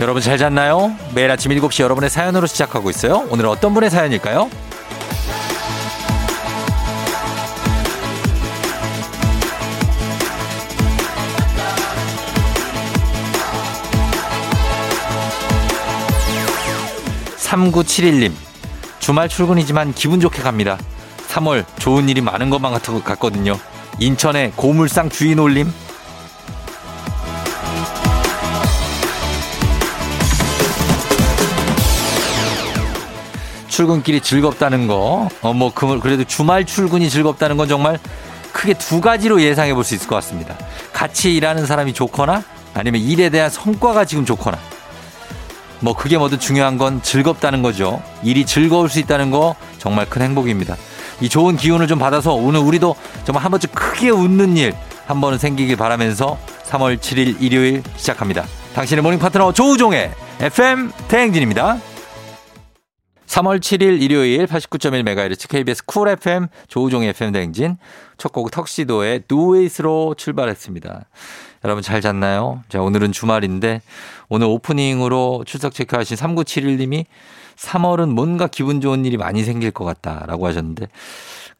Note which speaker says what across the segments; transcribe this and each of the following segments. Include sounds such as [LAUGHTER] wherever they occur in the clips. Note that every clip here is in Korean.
Speaker 1: 여러분 잘 잤나요? 매일 아침 7시 여러분의 사연으로 시작하고 있어요. 오늘 어떤 분의 사연일까요? 3971님. 주말 출근이지만 기분 좋게 갑니다. 3월 좋은 일이 많은 것만 같- 같거든요. 인천의 고물상 주인 올림. 출근길이 즐겁다는 거, 어, 뭐, 그, 그래도 주말 출근이 즐겁다는 건 정말 크게 두 가지로 예상해 볼 수 있을 것 같습니다. 같이 일하는 사람이 좋거나 아니면 일에 대한 성과가 지금 좋거나 뭐 그게 뭐든 중요한 건 즐겁다는 거죠. 일이 즐거울 수 있다는 거 정말 큰 행복입니다. 이 좋은 기운을 좀 받아서 오늘 우리도 정말 한 번쯤 크게 웃는 일 한 번은 생기길 바라면서 3월 7일 일요일 시작합니다. 당신의 모닝 파트너 조우종의 FM 대행진입니다. 3월 7일 일요일 89.1MHz KBS 쿨 FM 조우종의 FM 대행진 첫 곡 턱시도의 두웨이스로 출발했습니다. 여러분 잘 잤나요? 자, 오늘은 주말인데 오늘 오프닝으로 출석 체크하신 3971님이 3월은 뭔가 기분 좋은 일이 많이 생길 것 같다라고 하셨는데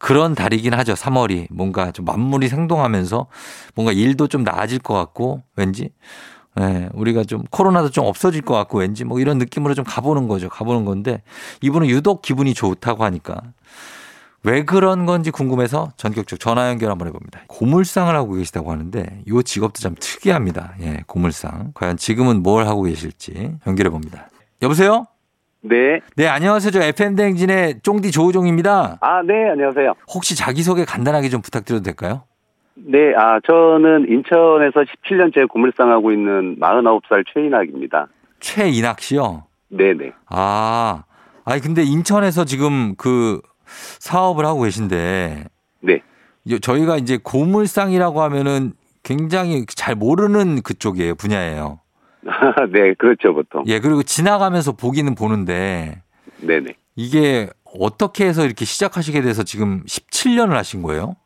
Speaker 1: 그런 달이긴 하죠. 3월이 뭔가 좀 만물이 생동하면서 뭔가 일도 좀 나아질 것 같고 왠지 예, 우리가 좀 코로나도 좀 없어질 것 같고 왠지 뭐 이런 느낌으로 좀 가보는 거죠. 가보는 건데 이분은 유독 기분이 좋다고 하니까 왜 그런 건지 궁금해서 전격적 전화 연결 한번 해봅니다. 고물상을 하고 계시다고 하는데 이 직업도 참 특이합니다. 예, 고물상. 과연 지금은 뭘 하고 계실지 연결해 봅니다. 여보세요?
Speaker 2: 네.
Speaker 1: 네, 안녕하세요. 저 FM 대행진의 쫑디 조우종입니다.
Speaker 2: 아, 네, 안녕하세요.
Speaker 1: 혹시 자기소개 간단하게 좀 부탁드려도 될까요?
Speaker 2: 네, 아, 저는 인천에서 17년째 고물상하고 있는 49살 최인학입니다.
Speaker 1: 최인학 씨요.
Speaker 2: 네네.
Speaker 1: 아, 아니 근데 인천에서 지금 그 사업을 하고 계신데
Speaker 2: 네. [LAUGHS]
Speaker 1: 요- 저희가 이제 고물상이라고 하면은 굉장히 잘 모르는 그쪽이에요 분야예요.
Speaker 2: 네, 그렇죠, 보통.
Speaker 1: 예, 그리고 지나가면서 보기는 보는데
Speaker 2: 네네.
Speaker 1: 이게 어떻게 해서 이렇게 시작하시게 돼서 지금 17년을 하신 거예요?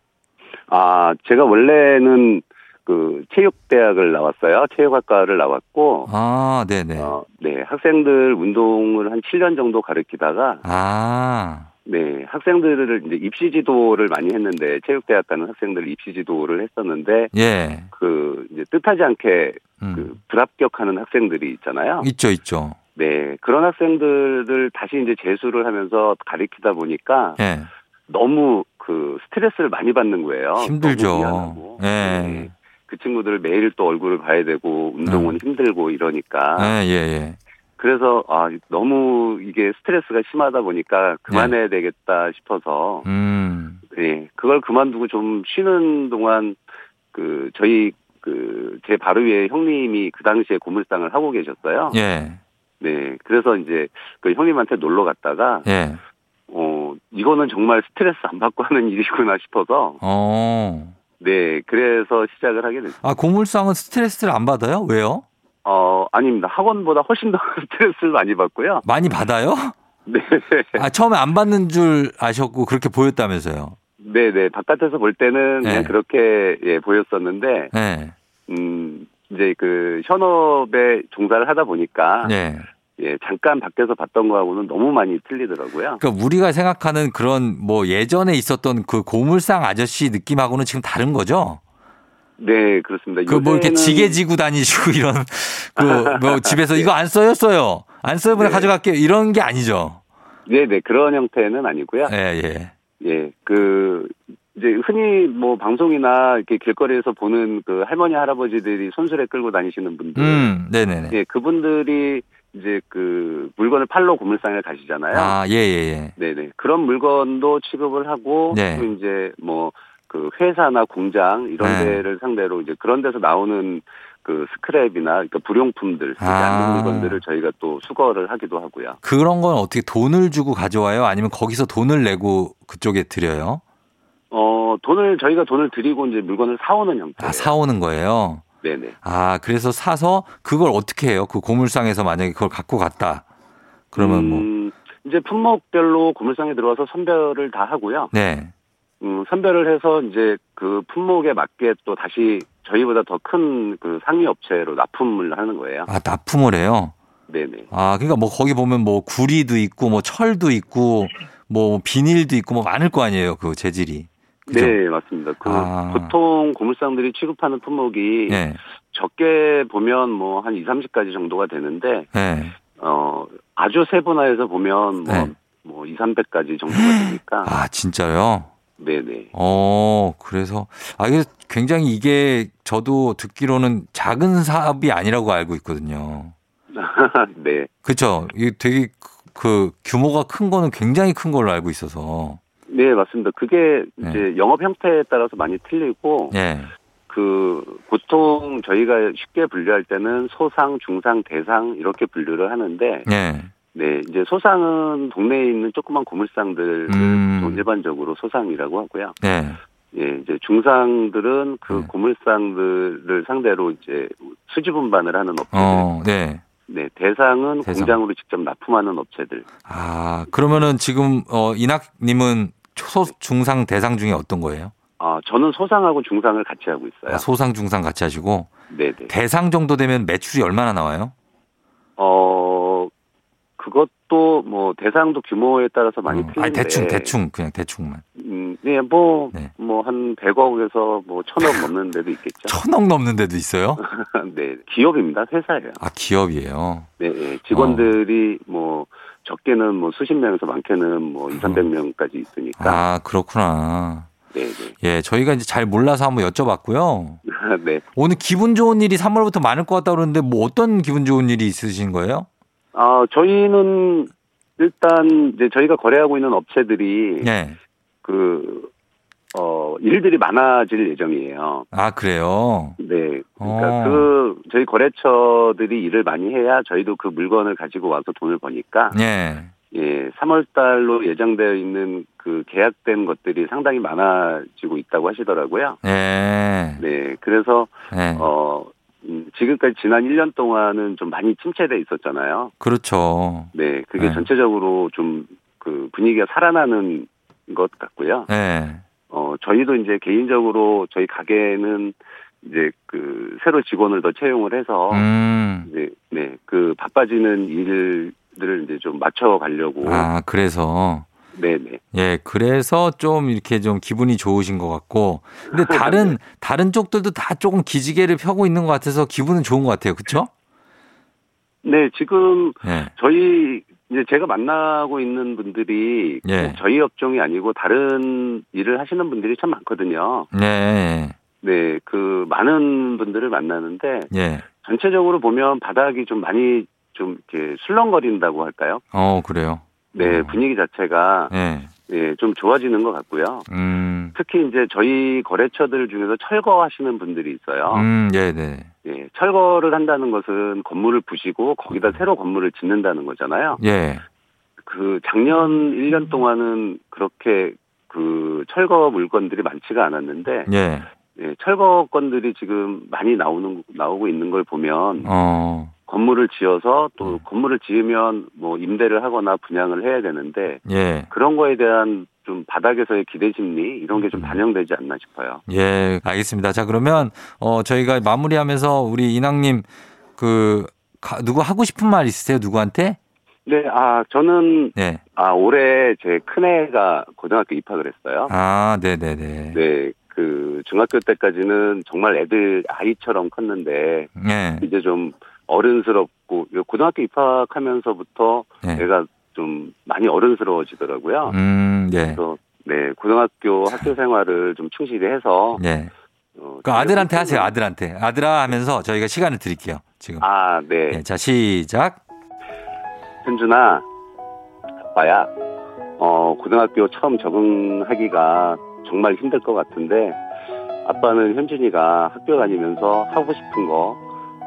Speaker 2: 아, 제가 원래는 그 체육대학을 나왔어요. 체육학과를 나왔고,
Speaker 1: 아, 네, 네.
Speaker 2: 어, 네, 학생들 운동을 한 7년 정도 가르치다가,
Speaker 1: 아,
Speaker 2: 네, 학생들을 이제 입시 지도를 많이 했는데, 체육대학 가는 학생들 입시 지도를 했었는데,
Speaker 1: 예.
Speaker 2: 그, 이제 뜻하지 않게 그
Speaker 1: 음.
Speaker 2: 불합격하는 학생들이 있잖아요.
Speaker 1: 있죠, 있죠.
Speaker 2: 네, 그런 학생들을 다시 이제 재수를 하면서 가르치다 보니까
Speaker 1: 예.
Speaker 2: 너무 그 스트레스를 많이 받는 거예요. 너무
Speaker 1: 힘들죠.
Speaker 2: 미안하고.
Speaker 1: 예.
Speaker 2: 네, 그 친구들 매일 또 얼굴을 봐야 되고 운동은 힘들고 이러니까
Speaker 1: 음. 예, 예, 예.
Speaker 2: 그래서 아 너무 이게 스트레스가 심하다 보니까
Speaker 1: 예.
Speaker 2: 그만해야 되겠다 싶어서
Speaker 1: 음.
Speaker 2: 예 그걸 그만두고 좀 쉬는 동안 그 저희 그 제 바로 위에 형님이 그 당시에 고물상을 하고 계셨어요.
Speaker 1: 예.
Speaker 2: 네, 그래서 이제 그 형님한테 놀러 갔다가
Speaker 1: 예.
Speaker 2: 어 이거는 정말 스트레스 안 받고 하는 일이구나 싶어서
Speaker 1: 어.
Speaker 2: 네, 그래서 시작을 하게 됐어요.
Speaker 1: 아, 고물상은 스트레스를 안 받아요? 왜요?
Speaker 2: 어 아닙니다. 학원보다 훨씬 더 [LAUGHS] 스트레스를 많이 받고요.
Speaker 1: 많이 받아요?
Speaker 2: 네,
Speaker 1: 아, 처음에 안 받는 줄 아셨고 그렇게 보였다면서요.
Speaker 2: 네, 네. 바깥에서 볼 때는
Speaker 1: 네.
Speaker 2: 그냥 그렇게 예 보였었는데
Speaker 1: 예.
Speaker 2: 음 이제 그 현업에 종사를 하다 보니까
Speaker 1: 예.
Speaker 2: 예 잠깐 밖에서 봤던 거하고는 너무 많이 틀리더라고요.
Speaker 1: 그러니까 우리가 생각하는 그런 뭐 예전에 있었던 그 고물상 아저씨 느낌하고는 지금 다른 거죠?
Speaker 2: 네, 그렇습니다.
Speaker 1: 그 뭐 이렇게
Speaker 2: 요새는-
Speaker 1: 지게 지고 다니시고 [LAUGHS] 이런 그 뭐 집에서 이거 안 써요 써요 안 써요 그냥
Speaker 2: 네.
Speaker 1: 가져갈게요 이런 게 아니죠.
Speaker 2: 네, 네. 그런 형태는 아니고요.
Speaker 1: 예 예.
Speaker 2: 예, 그, 이제 흔히 뭐 방송이나 이렇게 길거리에서 보는 그 할머니, 할아버지들이 손수레 끌고 다니시는 분들.
Speaker 1: 음 네네네.
Speaker 2: 예, 그분들이 이제 그 물건을 팔로 고물상에 가시잖아요.
Speaker 1: 아예예 예.
Speaker 2: 네네. 그런 물건도 취급을 하고,
Speaker 1: 네.
Speaker 2: 또 이제 뭐 그 회사나 공장 이런
Speaker 1: 네.
Speaker 2: 데를 상대로 이제 그런 데서 나오는 그 스크랩이나 그러니까 불용품들, 쓰지
Speaker 1: 아.
Speaker 2: 않는 물건들을 저희가 또 수거를 하기도 하고요.
Speaker 1: 그런 건 어떻게 돈을 주고 가져와요? 아니면 거기서 돈을 내고 그쪽에 드려요?
Speaker 2: 어, 돈을, 저희가 돈을 드리고 이제 물건을 사오는 형태.
Speaker 1: 아 사오는 거예요.
Speaker 2: 네네.
Speaker 1: 아 그래서 사서 그걸 어떻게 해요? 그 고물상에서 만약에 그걸 갖고 갔다 그러면 뭐
Speaker 2: 음, 이제 품목별로 고물상에 들어와서 선별을 다 하고요.
Speaker 1: 네.
Speaker 2: 음, 선별을 해서 이제 그 품목에 맞게 또 다시 저희보다 더 큰 그 상위 업체로 납품을 하는 거예요.
Speaker 1: 아 납품을 해요.
Speaker 2: 네네.
Speaker 1: 아, 그러니까 뭐 거기 보면 뭐 구리도 있고 뭐 철도 있고 뭐 비닐도 있고 뭐 많을 거 아니에요. 그 재질이. 그죠?
Speaker 2: 네, 맞습니다. 그
Speaker 1: 아.
Speaker 2: 보통 고물상들이 취급하는 품목이
Speaker 1: 예.
Speaker 2: 적게 보면 뭐 한 2, 30가지 정도가 되는데
Speaker 1: 예.
Speaker 2: 어 아주 세분화해서 보면 뭐,
Speaker 1: 네.
Speaker 2: 뭐 2, 300가지 정도가 되니까
Speaker 1: 아, 진짜요?
Speaker 2: 네네. [LAUGHS]
Speaker 1: 어, 그래서 아 이게 굉장히 이게 저도 듣기로는 작은 사업이 아니라고 알고 있거든요.
Speaker 2: 네.
Speaker 1: 그렇죠. 이게 되게 그- 그 규모가 큰 거는 굉장히 큰 걸로 알고 있어서.
Speaker 2: 네, 맞습니다. 그게
Speaker 1: 네.
Speaker 2: 이제 영업 형태에 따라서 많이 틀리고
Speaker 1: 예.
Speaker 2: 그 보통 저희가 쉽게 분류할 때는 소상, 중상, 대상 이렇게 분류를 하는데
Speaker 1: 예.
Speaker 2: 네, 이제 소상은 동네에 있는 조그만 고물상들을
Speaker 1: 음.
Speaker 2: 좀 일반적으로 소상이라고 하고요.
Speaker 1: 예.
Speaker 2: 예, 이제 중상들은 그
Speaker 1: 네.
Speaker 2: 고물상들을 상대로 이제 수지 분반을 하는 업체들.
Speaker 1: 어, 네.
Speaker 2: 네, 대상은
Speaker 1: 대상.
Speaker 2: 공장으로 직접 납품하는 업체들.
Speaker 1: 아, 그러면은 지금 어 이낙 님은 소 중상 대상 중에 어떤 거예요?
Speaker 2: 아, 저는 소상하고 중상을 같이 하고 있어요.
Speaker 1: 아, 소상 중상 같이 하시고
Speaker 2: 네, 네.
Speaker 1: 대상 정도 되면 매출이 얼마나 나와요?
Speaker 2: 어, 그것도 뭐 대상도 규모에 따라서 많이
Speaker 1: 어,
Speaker 2: 틀린데.
Speaker 1: 아니 대충 대충 그냥 대충만.
Speaker 2: 음, 네, 뭐,
Speaker 1: 네.
Speaker 2: 뭐, 한 100억에서 뭐, 1000억 넘는 데도 있겠죠.
Speaker 1: 천억 넘는 데도 있어요?
Speaker 2: [LAUGHS] 네, 기업입니다. 회사예요.
Speaker 1: 아, 기업이에요.
Speaker 2: 네, 네. 직원들이 뭐, 적게는 뭐, 수십 명에서 많게는 뭐, 2, 300명까지 있으니까.
Speaker 1: 아, 그렇구나.
Speaker 2: 네, 네.
Speaker 1: 예, 저희가 이제 잘 몰라서 한번 여쭤봤고요.
Speaker 2: 네. [LAUGHS]
Speaker 1: 오늘 기분 좋은 일이 3월부터 많을 것 같다 그러는데 뭐 어떤 기분 좋은 일이 있으신 거예요?
Speaker 2: 아, 저희는 일단 이제 저희가 거래하고 있는 업체들이
Speaker 1: 예.
Speaker 2: 그, 어, 일들이 많아질 예정이에요.
Speaker 1: 아, 그래요.
Speaker 2: 네. 그러니까
Speaker 1: 어.
Speaker 2: 그, 저희 거래처들이 일을 많이 해야 저희도 그 물건을 가지고 와서 돈을 버니까
Speaker 1: 예.
Speaker 2: 예, 3월 달로 예정되어 있는 그 계약된 것들이 상당히 많아지고 있다고 하시더라고요.
Speaker 1: 예.
Speaker 2: 네. 그래서
Speaker 1: 예.
Speaker 2: 어 음, 지금까지 지난 1년 동안은 좀 많이 침체돼 있었잖아요.
Speaker 1: 그렇죠.
Speaker 2: 네, 그게
Speaker 1: 네.
Speaker 2: 전체적으로 좀 그 분위기가 살아나는 것 같고요.
Speaker 1: 예.
Speaker 2: 어, 저희도 이제 개인적으로 저희 가게는 이제 그 새로 직원을 더 채용을 해서
Speaker 1: 음.
Speaker 2: 이제 네, 그 바빠지는 일들을 이제 좀 맞춰 가려고
Speaker 1: 아, 그래서
Speaker 2: 네, 네.
Speaker 1: 예, 그래서 좀 이렇게 좀 기분이 좋으신 것 같고. 근데 다른 다른 쪽들도 다 조금 기지개를 펴고 있는 것 같아서 기분은 좋은 것 같아요. 그렇죠?
Speaker 2: 네, 지금
Speaker 1: 예.
Speaker 2: 저희 이제 제가 만나고 있는 분들이
Speaker 1: 예.
Speaker 2: 꼭 저희 업종이 아니고 다른 일을 하시는 분들이 참 많거든요.
Speaker 1: 예.
Speaker 2: 네, 그 많은 분들을 만나는데
Speaker 1: 예.
Speaker 2: 전체적으로 보면 바닥이 좀 많이 좀 이렇게 술렁거린다고 할까요?
Speaker 1: 어, 그래요.
Speaker 2: 네,
Speaker 1: 어.
Speaker 2: 분위기 자체가
Speaker 1: 예.
Speaker 2: 예, 좀 좋아지는 것 같고요.
Speaker 1: 음.
Speaker 2: 특히 이제 저희 거래처들 중에서 철거하시는 분들이 있어요.
Speaker 1: 음, 예, 네.
Speaker 2: 예, 철거를 한다는 것은 건물을 부시고 거기다 새로 건물을 짓는다는 거잖아요.
Speaker 1: 예.
Speaker 2: 그 작년 1년 동안은 그렇게 그 철거 물건들이 많지가 않았는데
Speaker 1: 예.
Speaker 2: 예, 철거 건들이 지금 많이 나오는 나오고 있는 걸 보면
Speaker 1: 어.
Speaker 2: 건물을 지어서
Speaker 1: 음.
Speaker 2: 또 건물을 지으면 뭐 임대를 하거나 분양을 해야 되는데
Speaker 1: 예.
Speaker 2: 그런 거에 대한 좀 바닥에서의 기대 심리 이런 게 좀
Speaker 1: 음.
Speaker 2: 반영되지 않나 싶어요.
Speaker 1: 예, 알겠습니다. 자, 그러면 어 저희가 마무리하면서 우리 이낙 님그 누구 하고 싶은 말 있으세요? 누구한테?
Speaker 2: 네, 아 저는
Speaker 1: 네.
Speaker 2: 아 올해 제 큰애가 고등학교 입학을 했어요.
Speaker 1: 아, 네, 네, 네.
Speaker 2: 네, 그 중학교 때까지는 정말 애들 아이처럼 컸는데
Speaker 1: 예.
Speaker 2: 이제 좀 어른스럽고 고등학교 입학하면서부터
Speaker 1: 예.
Speaker 2: 애가 좀 많이 어른스러워지더라고요.
Speaker 1: 음, 예.
Speaker 2: 그래서 네 고등학교 학교 생활을 좀 충실히 해서
Speaker 1: 예.
Speaker 2: 어,
Speaker 1: 그 아들한테 하세요. 아들한테. 아들아 하면서 저희가 시간을 드릴게요. 지금.
Speaker 2: 아, 네.
Speaker 1: 예. 자, 시작.
Speaker 2: 현준아, 아빠야. 어, 고등학교 처음 적응하기가 정말 힘들 것 같은데 아빠는 현준이가 학교 다니면서 하고 싶은 거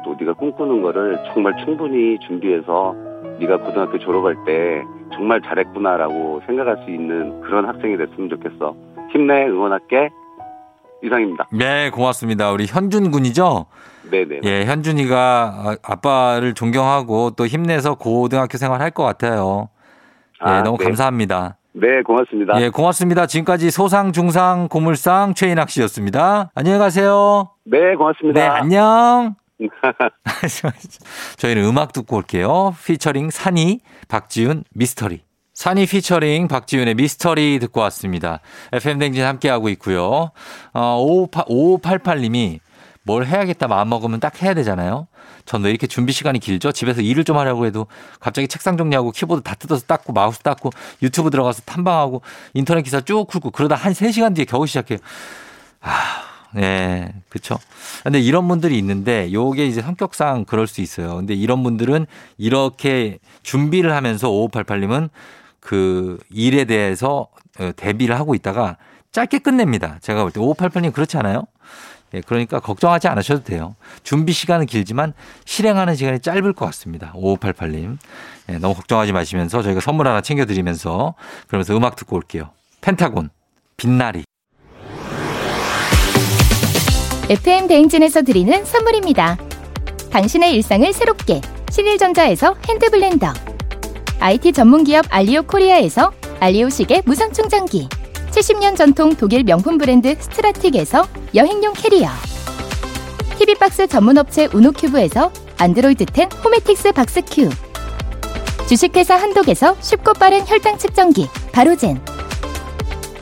Speaker 2: 또 네가 꿈꾸는 거를 정말 충분히 준비해서 네가 고등학교 졸업할 때 정말 잘했구나라고 생각할 수 있는 그런 학생이 됐으면 좋겠어. 힘내 응원할게. 이상입니다.
Speaker 1: 네, 고맙습니다. 우리 현준 군이죠?
Speaker 2: 네네.
Speaker 1: 예, 현준이가 아- 아빠를 존경하고 또 힘내서 고등학교 생활할 것 같아요. 예,
Speaker 2: 아,
Speaker 1: 너무
Speaker 2: 네.
Speaker 1: 감사합니다.
Speaker 2: 네 고맙습니다.
Speaker 1: 예, 고맙습니다. 지금까지 소상, 중상, 고물상 최인학 씨였습니다. 안녕히 가세요.
Speaker 2: 네
Speaker 1: 네,
Speaker 2: 고맙습니다. [LAUGHS]
Speaker 1: 안녕. [LAUGHS] 저희는 음악 듣고 올게요. 피처링 산이, 박지윤, 미스터리. 산이 피처링 박지윤의 미스터리 듣고 왔습니다. FM댕진 함께하고 있고요. 어, 5588님이 뭘 해야겠다 마음먹으면 딱 해야 되잖아요. 전 왜 이렇게 준비 시간이 길죠? 집에서 일을 좀 하려고 해도 갑자기 책상 정리하고 키보드 다 뜯어서 닦고 마우스 닦고 유튜브 들어가서 탐방하고 인터넷 기사 쭉 훑고 그러다 한 3시간 뒤에 겨우 시작해요. 아, 네, 그렇죠. 근데 이런 분들이 있는데 요게 이제 성격상 그럴 수 있어요. 근데 이런 분들은 이렇게 준비를 하면서 5588님은 그 일에 대해서 어, 대비를 하고 있다가 짧게 끝냅니다. 제가 볼 때 5588님 그렇지 않아요? 예, 그러니까 걱정하지 않으셔도 돼요. 준비 시간은 길지만 실행하는 시간이 짧을 것 같습니다. 5588님. 예, 너무 걱정하지 마시면서 저희가 선물 하나 챙겨드리면서 그러면서 음악 듣고 올게요. 펜타곤, 빛나리.
Speaker 3: FM 대행진에서 드리는 선물입니다. 당신의 일상을 새롭게 신일전자에서 핸드블렌더 IT 전문기업 알리오 코리아에서 알리오 시계 무선 충전기 70년 전통 독일 명품 브랜드 스트라틱에서 여행용 캐리어 TV박스 전문업체 우노큐브에서 안드로이드 10 호메틱스 박스큐 주식회사 한독에서 쉽고 빠른 혈당 측정기 바로젠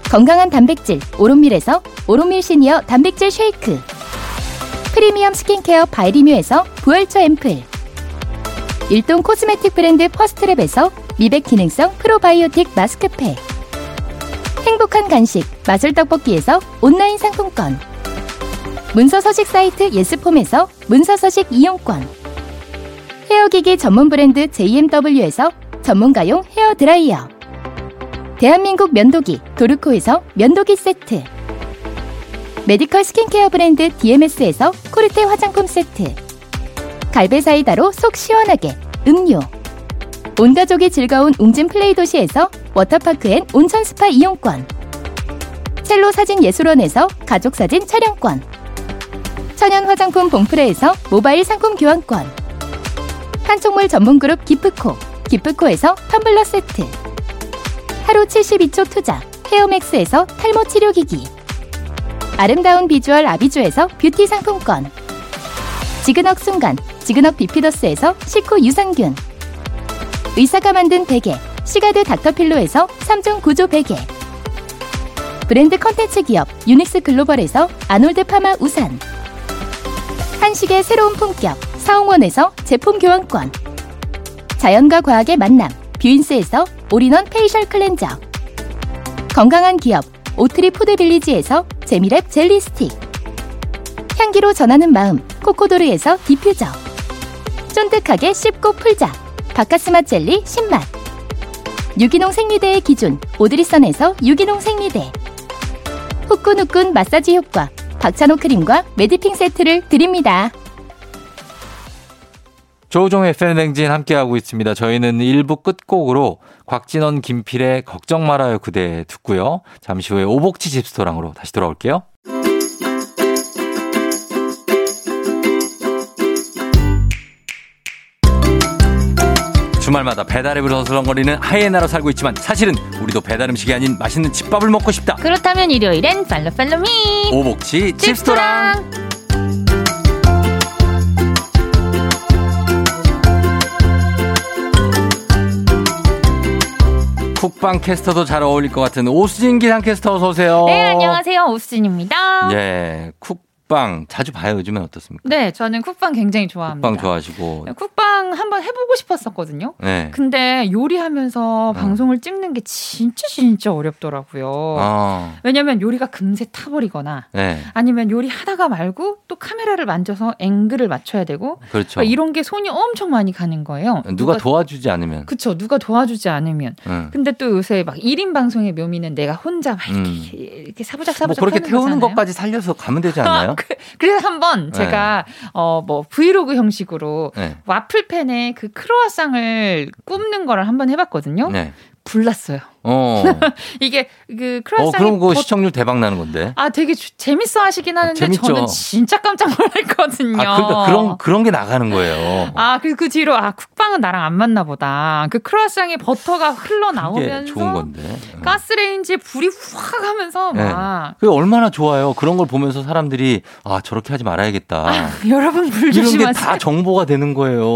Speaker 3: 건강한 단백질 오롯밀에서 오롯밀 시니어 단백질 쉐이크 프리미엄 스킨케어 바이리뮤에서 부활초 앰플 일동 코스메틱 브랜드 퍼스트랩에서 미백 기능성 프로바이오틱 마스크팩 행복한 간식 마술 떡볶이에서 온라인 상품권 문서 서식 사이트 예스폼에서 문서 서식 이용권 헤어기기 전문 브랜드 JMW에서 전문가용 헤어 드라이어 대한민국 면도기 도르코에서 면도기 세트 메디컬 스킨케어 브랜드 DMS에서 코르테 화장품 세트 갈베사이다로 속 시원하게 음료 온가족이 즐거운 웅진 플레이 도시에서 워터파크 엔 온천 스파 이용권 첼로 사진 예술원에서 가족사진 촬영권 천연 화장품 봉프레에서 모바일 상품 교환권 판촉물 전문 그룹 기프코 기프코에서 텀블러 세트 하루 72초 투자 헤어맥스에서 탈모 치료기기 아름다운 비주얼 아비주에서 뷰티 상품권 지그넉 순간 지그넉 비피더스에서 식후 유산균 의사가 만든 베개 시가드 닥터필로에서 3종 구조 베개 브랜드 컨텐츠 기업 유닉스 글로벌에서 아놀드 파마 우산 한식의 새로운 품격 사홍원에서 제품 교환권 자연과 과학의 만남 뷰인스에서 올인원 페이셜 클렌저 건강한 기업 오트리 푸드빌리지에서 재미랩 젤리 스틱 향기로 전하는 마음 코코도르에서 디퓨저 쫀득하게 씹고 풀자 바카스마 젤리 신맛 유기농 생리대의 기준 오드리선에서 유기농 생리대 후끈후끈 마사지 효과 박찬호 크림과 매디핑 세트를 드립니다.
Speaker 1: 조종의 팬댕진 함께하고 있습니다. 저희는 1부 끝곡으로 곽진원 김필의 걱정 말아요 그대 듣고요. 잠시 후에 오복치 집스토랑으로 다시 돌아올게요. 주말마다 배달앱을 어슬렁거리는 하이에나로 살고 있지만 사실은 우리도 배달음식이 아닌 맛있는 집밥을 먹고 싶다.
Speaker 4: 그렇다면 일요일엔 팔로 팔로미
Speaker 1: 오복치 집스토랑. 쿡방 캐스터도 잘 어울릴 것 같은 오수진 기상캐스터 어서 오세요.
Speaker 4: 네 안녕하세요 오수진입니다.
Speaker 1: 예, 쿡방 자주 봐요 요즘엔 어떻습니까?
Speaker 4: 네 저는 쿡방 굉장히 좋아합니다.
Speaker 1: 쿡방 좋아하시고.
Speaker 4: 네, 쿡방 한번 해보고 싶었었거든요.
Speaker 1: 네.
Speaker 4: 근데 요리하면서
Speaker 1: 음.
Speaker 4: 방송을 찍는 게 진짜 진짜 어렵더라고요.
Speaker 1: 아,
Speaker 4: 왜냐면 요리가 금세 타버리거나
Speaker 1: 네.
Speaker 4: 아니면 요리 하다가 말고 또 카메라를 만져서 앵글을 맞춰야 되고
Speaker 1: 그렇죠.
Speaker 4: 그러니까 이런 게 손이 엄청 많이 가는 거예요. 그
Speaker 1: 누가 도와주지 않으면.
Speaker 4: 그쵸 누가 도와주지 않으면
Speaker 1: 응.
Speaker 4: 근데 또 요새 막 1인 방송의 묘미는 내가 혼자 막 이렇게,
Speaker 1: 음.
Speaker 4: 이렇게 사부작
Speaker 1: 뭐
Speaker 4: 사부작
Speaker 1: 그렇게
Speaker 4: 하는
Speaker 1: 태우는
Speaker 4: 거잖아요.
Speaker 1: 것까지 살려서 가면 되지 않나요?
Speaker 4: 그, 그래서 한번
Speaker 1: 네.
Speaker 4: 제가 어 뭐 브이로그 형식으로
Speaker 1: 네.
Speaker 4: 와플팬에 그 크로아상을 굽는 거를 한번 해봤거든요.
Speaker 1: 네.
Speaker 4: 불났어요. [LAUGHS]
Speaker 1: 어.
Speaker 4: 이게 그
Speaker 1: 어,
Speaker 4: 크루아상이
Speaker 1: 그럼 그거
Speaker 4: 버-
Speaker 1: 시청률 대박 나는 건데.
Speaker 4: 아 되게 주- 재밌어 하시긴 하는데
Speaker 1: 재밌죠.
Speaker 4: 저는 진짜 깜짝 놀랐거든요.
Speaker 1: 아, 그러니까 그런, 그런 게 나가는 거예요.
Speaker 4: 아, 그리고 그 뒤로 아 국방은 나랑 안 맞나 보다. 그 크루아상에 버터가 흘러
Speaker 1: 이게
Speaker 4: 나오면서
Speaker 1: 좋은 건데.
Speaker 4: 어. 가스레인지에 불이 확 하면서
Speaker 1: 네.
Speaker 4: 막
Speaker 1: 그게 얼마나 좋아요. 그런 걸 보면서 사람들이 아, 저렇게 하지 말아야겠다.
Speaker 4: [LAUGHS] 여러분 불
Speaker 1: 이런 게 다
Speaker 4: 조심하세요.
Speaker 1: 정보가 되는 거예요.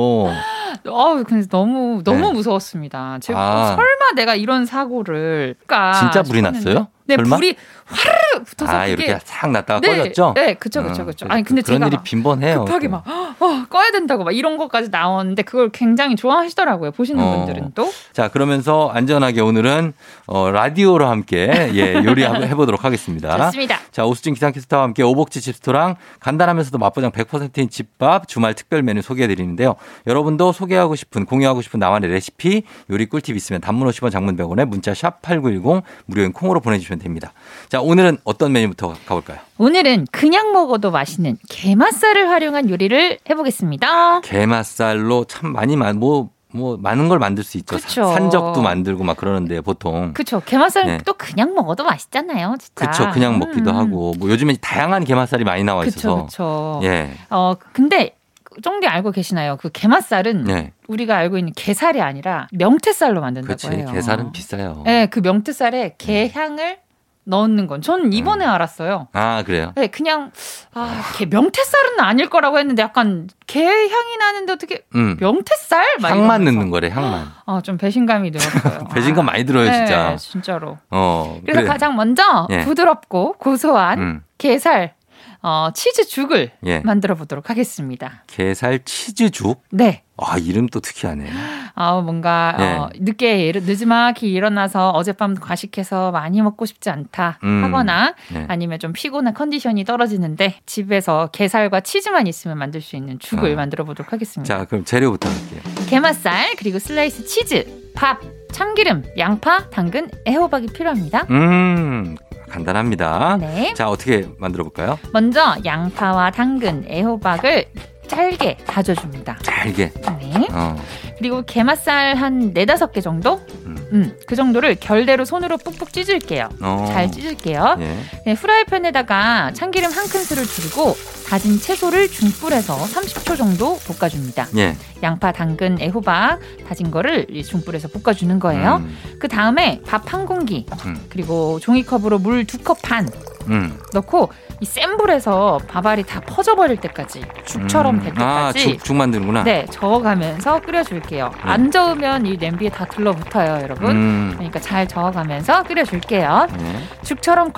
Speaker 4: 어우, 근데 너무 너무
Speaker 1: 네.
Speaker 4: 무서웠습니다. 제가 어,
Speaker 1: 아.
Speaker 4: 설마 내가 이런 사고를 그까
Speaker 1: 진짜 불이 났어요?
Speaker 4: 네,
Speaker 1: 설마?
Speaker 4: 불이 화르르 붙어서
Speaker 1: 아,
Speaker 4: 그게
Speaker 1: 이렇게 싹 났다가
Speaker 4: 네,
Speaker 1: 꺼졌죠?
Speaker 4: 네, 그쵸, 그쵸, 그쵸.
Speaker 1: 음,
Speaker 4: 아니 근데
Speaker 1: 그런
Speaker 4: 제가
Speaker 1: 일이
Speaker 4: 막
Speaker 1: 빈번해요.
Speaker 4: 급하게 막 어, 꺼야 된다고 막 이런 것까지 나오는데 그걸 굉장히 좋아하시더라고요. 보시는
Speaker 1: 어.
Speaker 4: 분들은 또.
Speaker 1: 자, 그러면서 안전하게 오늘은 어, 라디오로 함께 예,
Speaker 4: [LAUGHS]
Speaker 1: 요리해 보도록 하겠습니다.
Speaker 4: 좋습니다.
Speaker 1: 자, 오수진 기상캐스터와 함께 오복지 집스토랑 간단하면서도 맛보장 100%인 집밥 주말 특별 메뉴 소개해 드리는데요. 여러분도 소개하고 싶은 공유하고 싶은 나만의 레시피 요리 꿀팁 있으면 단문 50원 장문 100원에 문자 샵 8910 무료인 콩으로 보내주시면 됩니다. 자, 오늘은 어떤 메뉴부터 가볼까요?
Speaker 4: 오늘은 그냥 먹어도 맛있는 게맛살을 활용한 요리를 해보겠습니다.
Speaker 1: 게맛살로 참 많이 만, 뭐, 뭐, 많은 걸 만들 수 있죠.
Speaker 4: 그쵸.
Speaker 1: 산적도 만들고 막 그러는데 보통.
Speaker 4: 그쵸. 게맛살은
Speaker 1: 네.
Speaker 4: 또 그냥 먹어도 맛있잖아요, 진짜.
Speaker 1: 그쵸. 그냥 먹기도
Speaker 4: 음.
Speaker 1: 하고. 뭐 요즘에 다양한 게맛살이 많이 나와
Speaker 4: 그쵸,
Speaker 1: 있어서.
Speaker 4: 그쵸.
Speaker 1: 예.
Speaker 4: 어, 근데 쫑디 알고 계시나요? 그 게맛살은
Speaker 1: 네.
Speaker 4: 우리가 알고 있는 게살이 아니라 명태살로 만든다고
Speaker 1: 그렇지.
Speaker 4: 해요.
Speaker 1: 게살은 비싸요.
Speaker 4: 네, 그 명태살에 게향을 넣는 건.
Speaker 1: 음.
Speaker 4: 저는 이번에 알았어요.
Speaker 1: 아, 그래요?
Speaker 4: 네, 그냥 아, 게 명태살은 아닐 거라고 했는데 약간 게 향이 나는데 어떻게
Speaker 1: 음.
Speaker 4: 명태살? 막
Speaker 1: 향만
Speaker 4: 이러면서.
Speaker 1: 넣는 거래, 향만.
Speaker 4: 아, 좀 배신감이 들었어요.
Speaker 1: [LAUGHS] 배신감 많이 들어요, 진짜.
Speaker 4: 네, 진짜로.
Speaker 1: 어.
Speaker 4: 그래서
Speaker 1: 그래.
Speaker 4: 가장 먼저
Speaker 1: 예.
Speaker 4: 부드럽고 고소한
Speaker 1: 음.
Speaker 4: 게살 어, 치즈 죽을
Speaker 1: 예.
Speaker 4: 만들어 보도록 하겠습니다.
Speaker 1: 게살 치즈죽?
Speaker 4: 네.
Speaker 1: 아, 이름도 특이하네.
Speaker 4: 아 뭔가
Speaker 1: 예.
Speaker 4: 어, 늦게 일- 늦지막히 일어나서 어젯밤 과식해서 많이 먹고 싶지 않다
Speaker 1: 음.
Speaker 4: 하거나
Speaker 1: 네.
Speaker 4: 아니면 좀 피곤한 컨디션이 떨어지는데 집에서 게살과 치즈만 있으면 만들 수 있는 죽을
Speaker 1: 아.
Speaker 4: 만들어 보도록 하겠습니다.
Speaker 1: 자, 그럼 재료부터 할게요.
Speaker 4: 게맛살 그리고 슬라이스 치즈, 밥, 참기름, 양파, 당근, 애호박이 필요합니다.
Speaker 1: 음. 간단합니다.
Speaker 4: 네.
Speaker 1: 자, 어떻게 만들어 볼까요?
Speaker 4: 먼저 양파와 당근, 애호박을 짧게 다져줍니다.
Speaker 1: 잘게.
Speaker 4: 네.
Speaker 1: 어.
Speaker 4: 그리고 게맛살 한 네다섯 개 정도?
Speaker 1: 음.
Speaker 4: 음, 그 정도를 결대로 손으로 뿍뿍 찢을게요.
Speaker 1: 어.
Speaker 4: 잘 찢을게요.
Speaker 1: 예.
Speaker 4: 네, 후라이팬에다가 참기름 한 큰술을 두르고 다진 채소를 중불에서 30초 정도 볶아줍니다.
Speaker 1: 예.
Speaker 4: 양파, 당근, 애호박 다진 거를 이 중불에서 볶아주는 거예요.
Speaker 1: 음.
Speaker 4: 그 다음에 밥 한 공기
Speaker 1: 음.
Speaker 4: 그리고 종이컵으로 물 두 컵 반
Speaker 1: 음.
Speaker 4: 넣고 이 센 불에서 바발이 다 퍼져버릴 때까지 죽처럼 될
Speaker 1: 아,
Speaker 4: 때까지
Speaker 1: 죽, 죽 만드는구나.
Speaker 4: 네 저어가면서 끓여줄게요. 안 저으면 이 냄비에 다 들러붙어요, 여러분. 네.
Speaker 1: 음.
Speaker 4: 그러니까 잘 저어가면서 끓여줄게요.
Speaker 1: 예.
Speaker 4: 죽처럼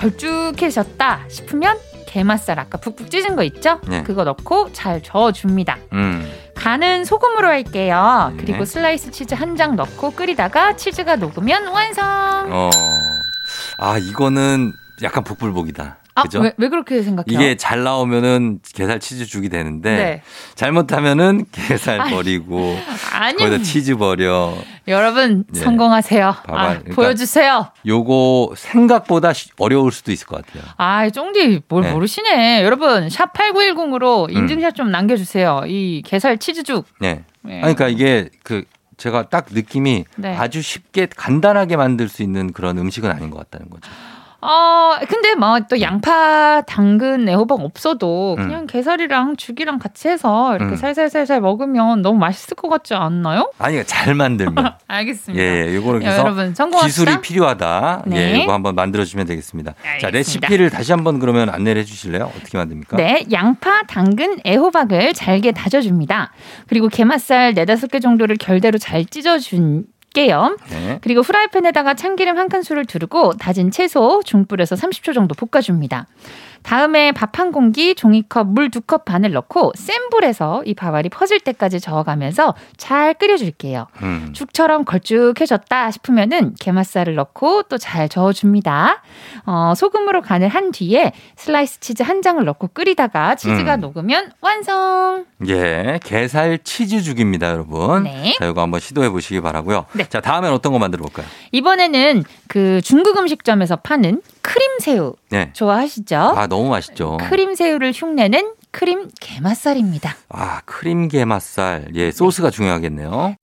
Speaker 4: 걸쭉해졌다 싶으면 게맛살 아까 푹푹 찢은 거 있죠?
Speaker 1: 네.
Speaker 4: 그거 넣고 잘 저어줍니다.
Speaker 1: 음.
Speaker 4: 간은 소금으로 할게요.
Speaker 1: 네.
Speaker 4: 그리고 슬라이스 치즈 한 장 넣고 끓이다가 치즈가 녹으면 완성.
Speaker 1: 어. 아, 이거는 약간 복불복이다.
Speaker 4: 아,
Speaker 1: 그죠?
Speaker 4: 왜, 왜 그렇게 생각해요? 네.
Speaker 1: 이게 네. 잘 나오면은 게살 치즈 죽이 되는데 잘못하면은 게살
Speaker 4: 아이,
Speaker 1: 버리고
Speaker 4: [LAUGHS] 아니
Speaker 1: 거기다 치즈 버려.
Speaker 4: 여러분
Speaker 1: 예.
Speaker 4: 성공하세요.
Speaker 1: 봐봐.
Speaker 4: 아,
Speaker 1: 그러니까-
Speaker 4: 보여주세요.
Speaker 1: 요거 생각보다 쉬- 어려울 수도 있을 것 같아요.
Speaker 4: 아, 쫑디 뭘
Speaker 1: 네.
Speaker 4: 모르시네. 여러분 샵 8910으로
Speaker 1: 음.
Speaker 4: 인증샷 좀 남겨주세요. 이 게살 치즈죽.
Speaker 1: 네.
Speaker 4: 예.
Speaker 1: 아니, 그러니까 이게 그 제가 딱 느낌이
Speaker 4: 네.
Speaker 1: 아주 쉽게 간단하게 만들 수 있는 그런 음식은 아닌 것 같다는 거죠.
Speaker 4: 어, 근데 뭐 또 양파, 당근, 애호박 없어도
Speaker 1: 음.
Speaker 4: 그냥 게살이랑 죽이랑 같이 해서 이렇게
Speaker 1: 음.
Speaker 4: 살살살살 먹으면 너무 맛있을 것 같지 않나요?
Speaker 1: 아니 그러니까 잘
Speaker 4: [LAUGHS]
Speaker 1: 만들면
Speaker 4: 알겠습니다.
Speaker 1: 예, 예 요거는
Speaker 4: 네. 야,
Speaker 1: 그래서
Speaker 4: 여러분 성공합시다.
Speaker 1: 기술이 필요하다.
Speaker 4: 네.
Speaker 1: 예, 이거 한번 만들어 주면 되겠습니다. 자,
Speaker 4: 알겠습니다.
Speaker 1: 레시피를 다시 한번 그러면 안내를 해 주실래요? 어떻게 만듭니까?
Speaker 4: 네, 양파, 당근, 애호박을 잘게 다져줍니다. 그리고 게맛살 네다섯 개 정도를 결대로 잘 찢어줄게요.
Speaker 1: 네.
Speaker 4: 그리고 후라이팬에다가 참기름 한 큰술을 두르고 다진 채소 중불에서 30초 정도 볶아줍니다. 다음에 밥 한 공기, 종이컵 물 두 컵 반을 넣고 센 불에서 이 밥알이 퍼질 때까지 저어가면서 잘 끓여줄게요.
Speaker 1: 음.
Speaker 4: 죽처럼 걸쭉해졌다 싶으면은 게맛살을 넣고 또 잘 저어줍니다. 어, 소금으로 간을 한 뒤에 슬라이스 치즈 한 장을 넣고 끓이다가 치즈가
Speaker 1: 음.
Speaker 4: 녹으면 완성.
Speaker 1: 예, 게살 치즈죽입니다, 여러분.
Speaker 4: 네.
Speaker 1: 자, 이거 한번 시도해 보시기 바라고요.
Speaker 4: 네.
Speaker 1: 자, 다음엔 어떤 거 만들어 볼까요?
Speaker 4: 이번에는 그 중국 음식점에서 파는 크림 새우
Speaker 1: 네.
Speaker 4: 좋아하시죠?
Speaker 1: 아, 너무 맛있죠.
Speaker 4: 어? 크림 새우를 흉내낸 크림 게맛살입니다.
Speaker 1: 아, 크림 게맛살. 예, 소스가 중요하겠네요.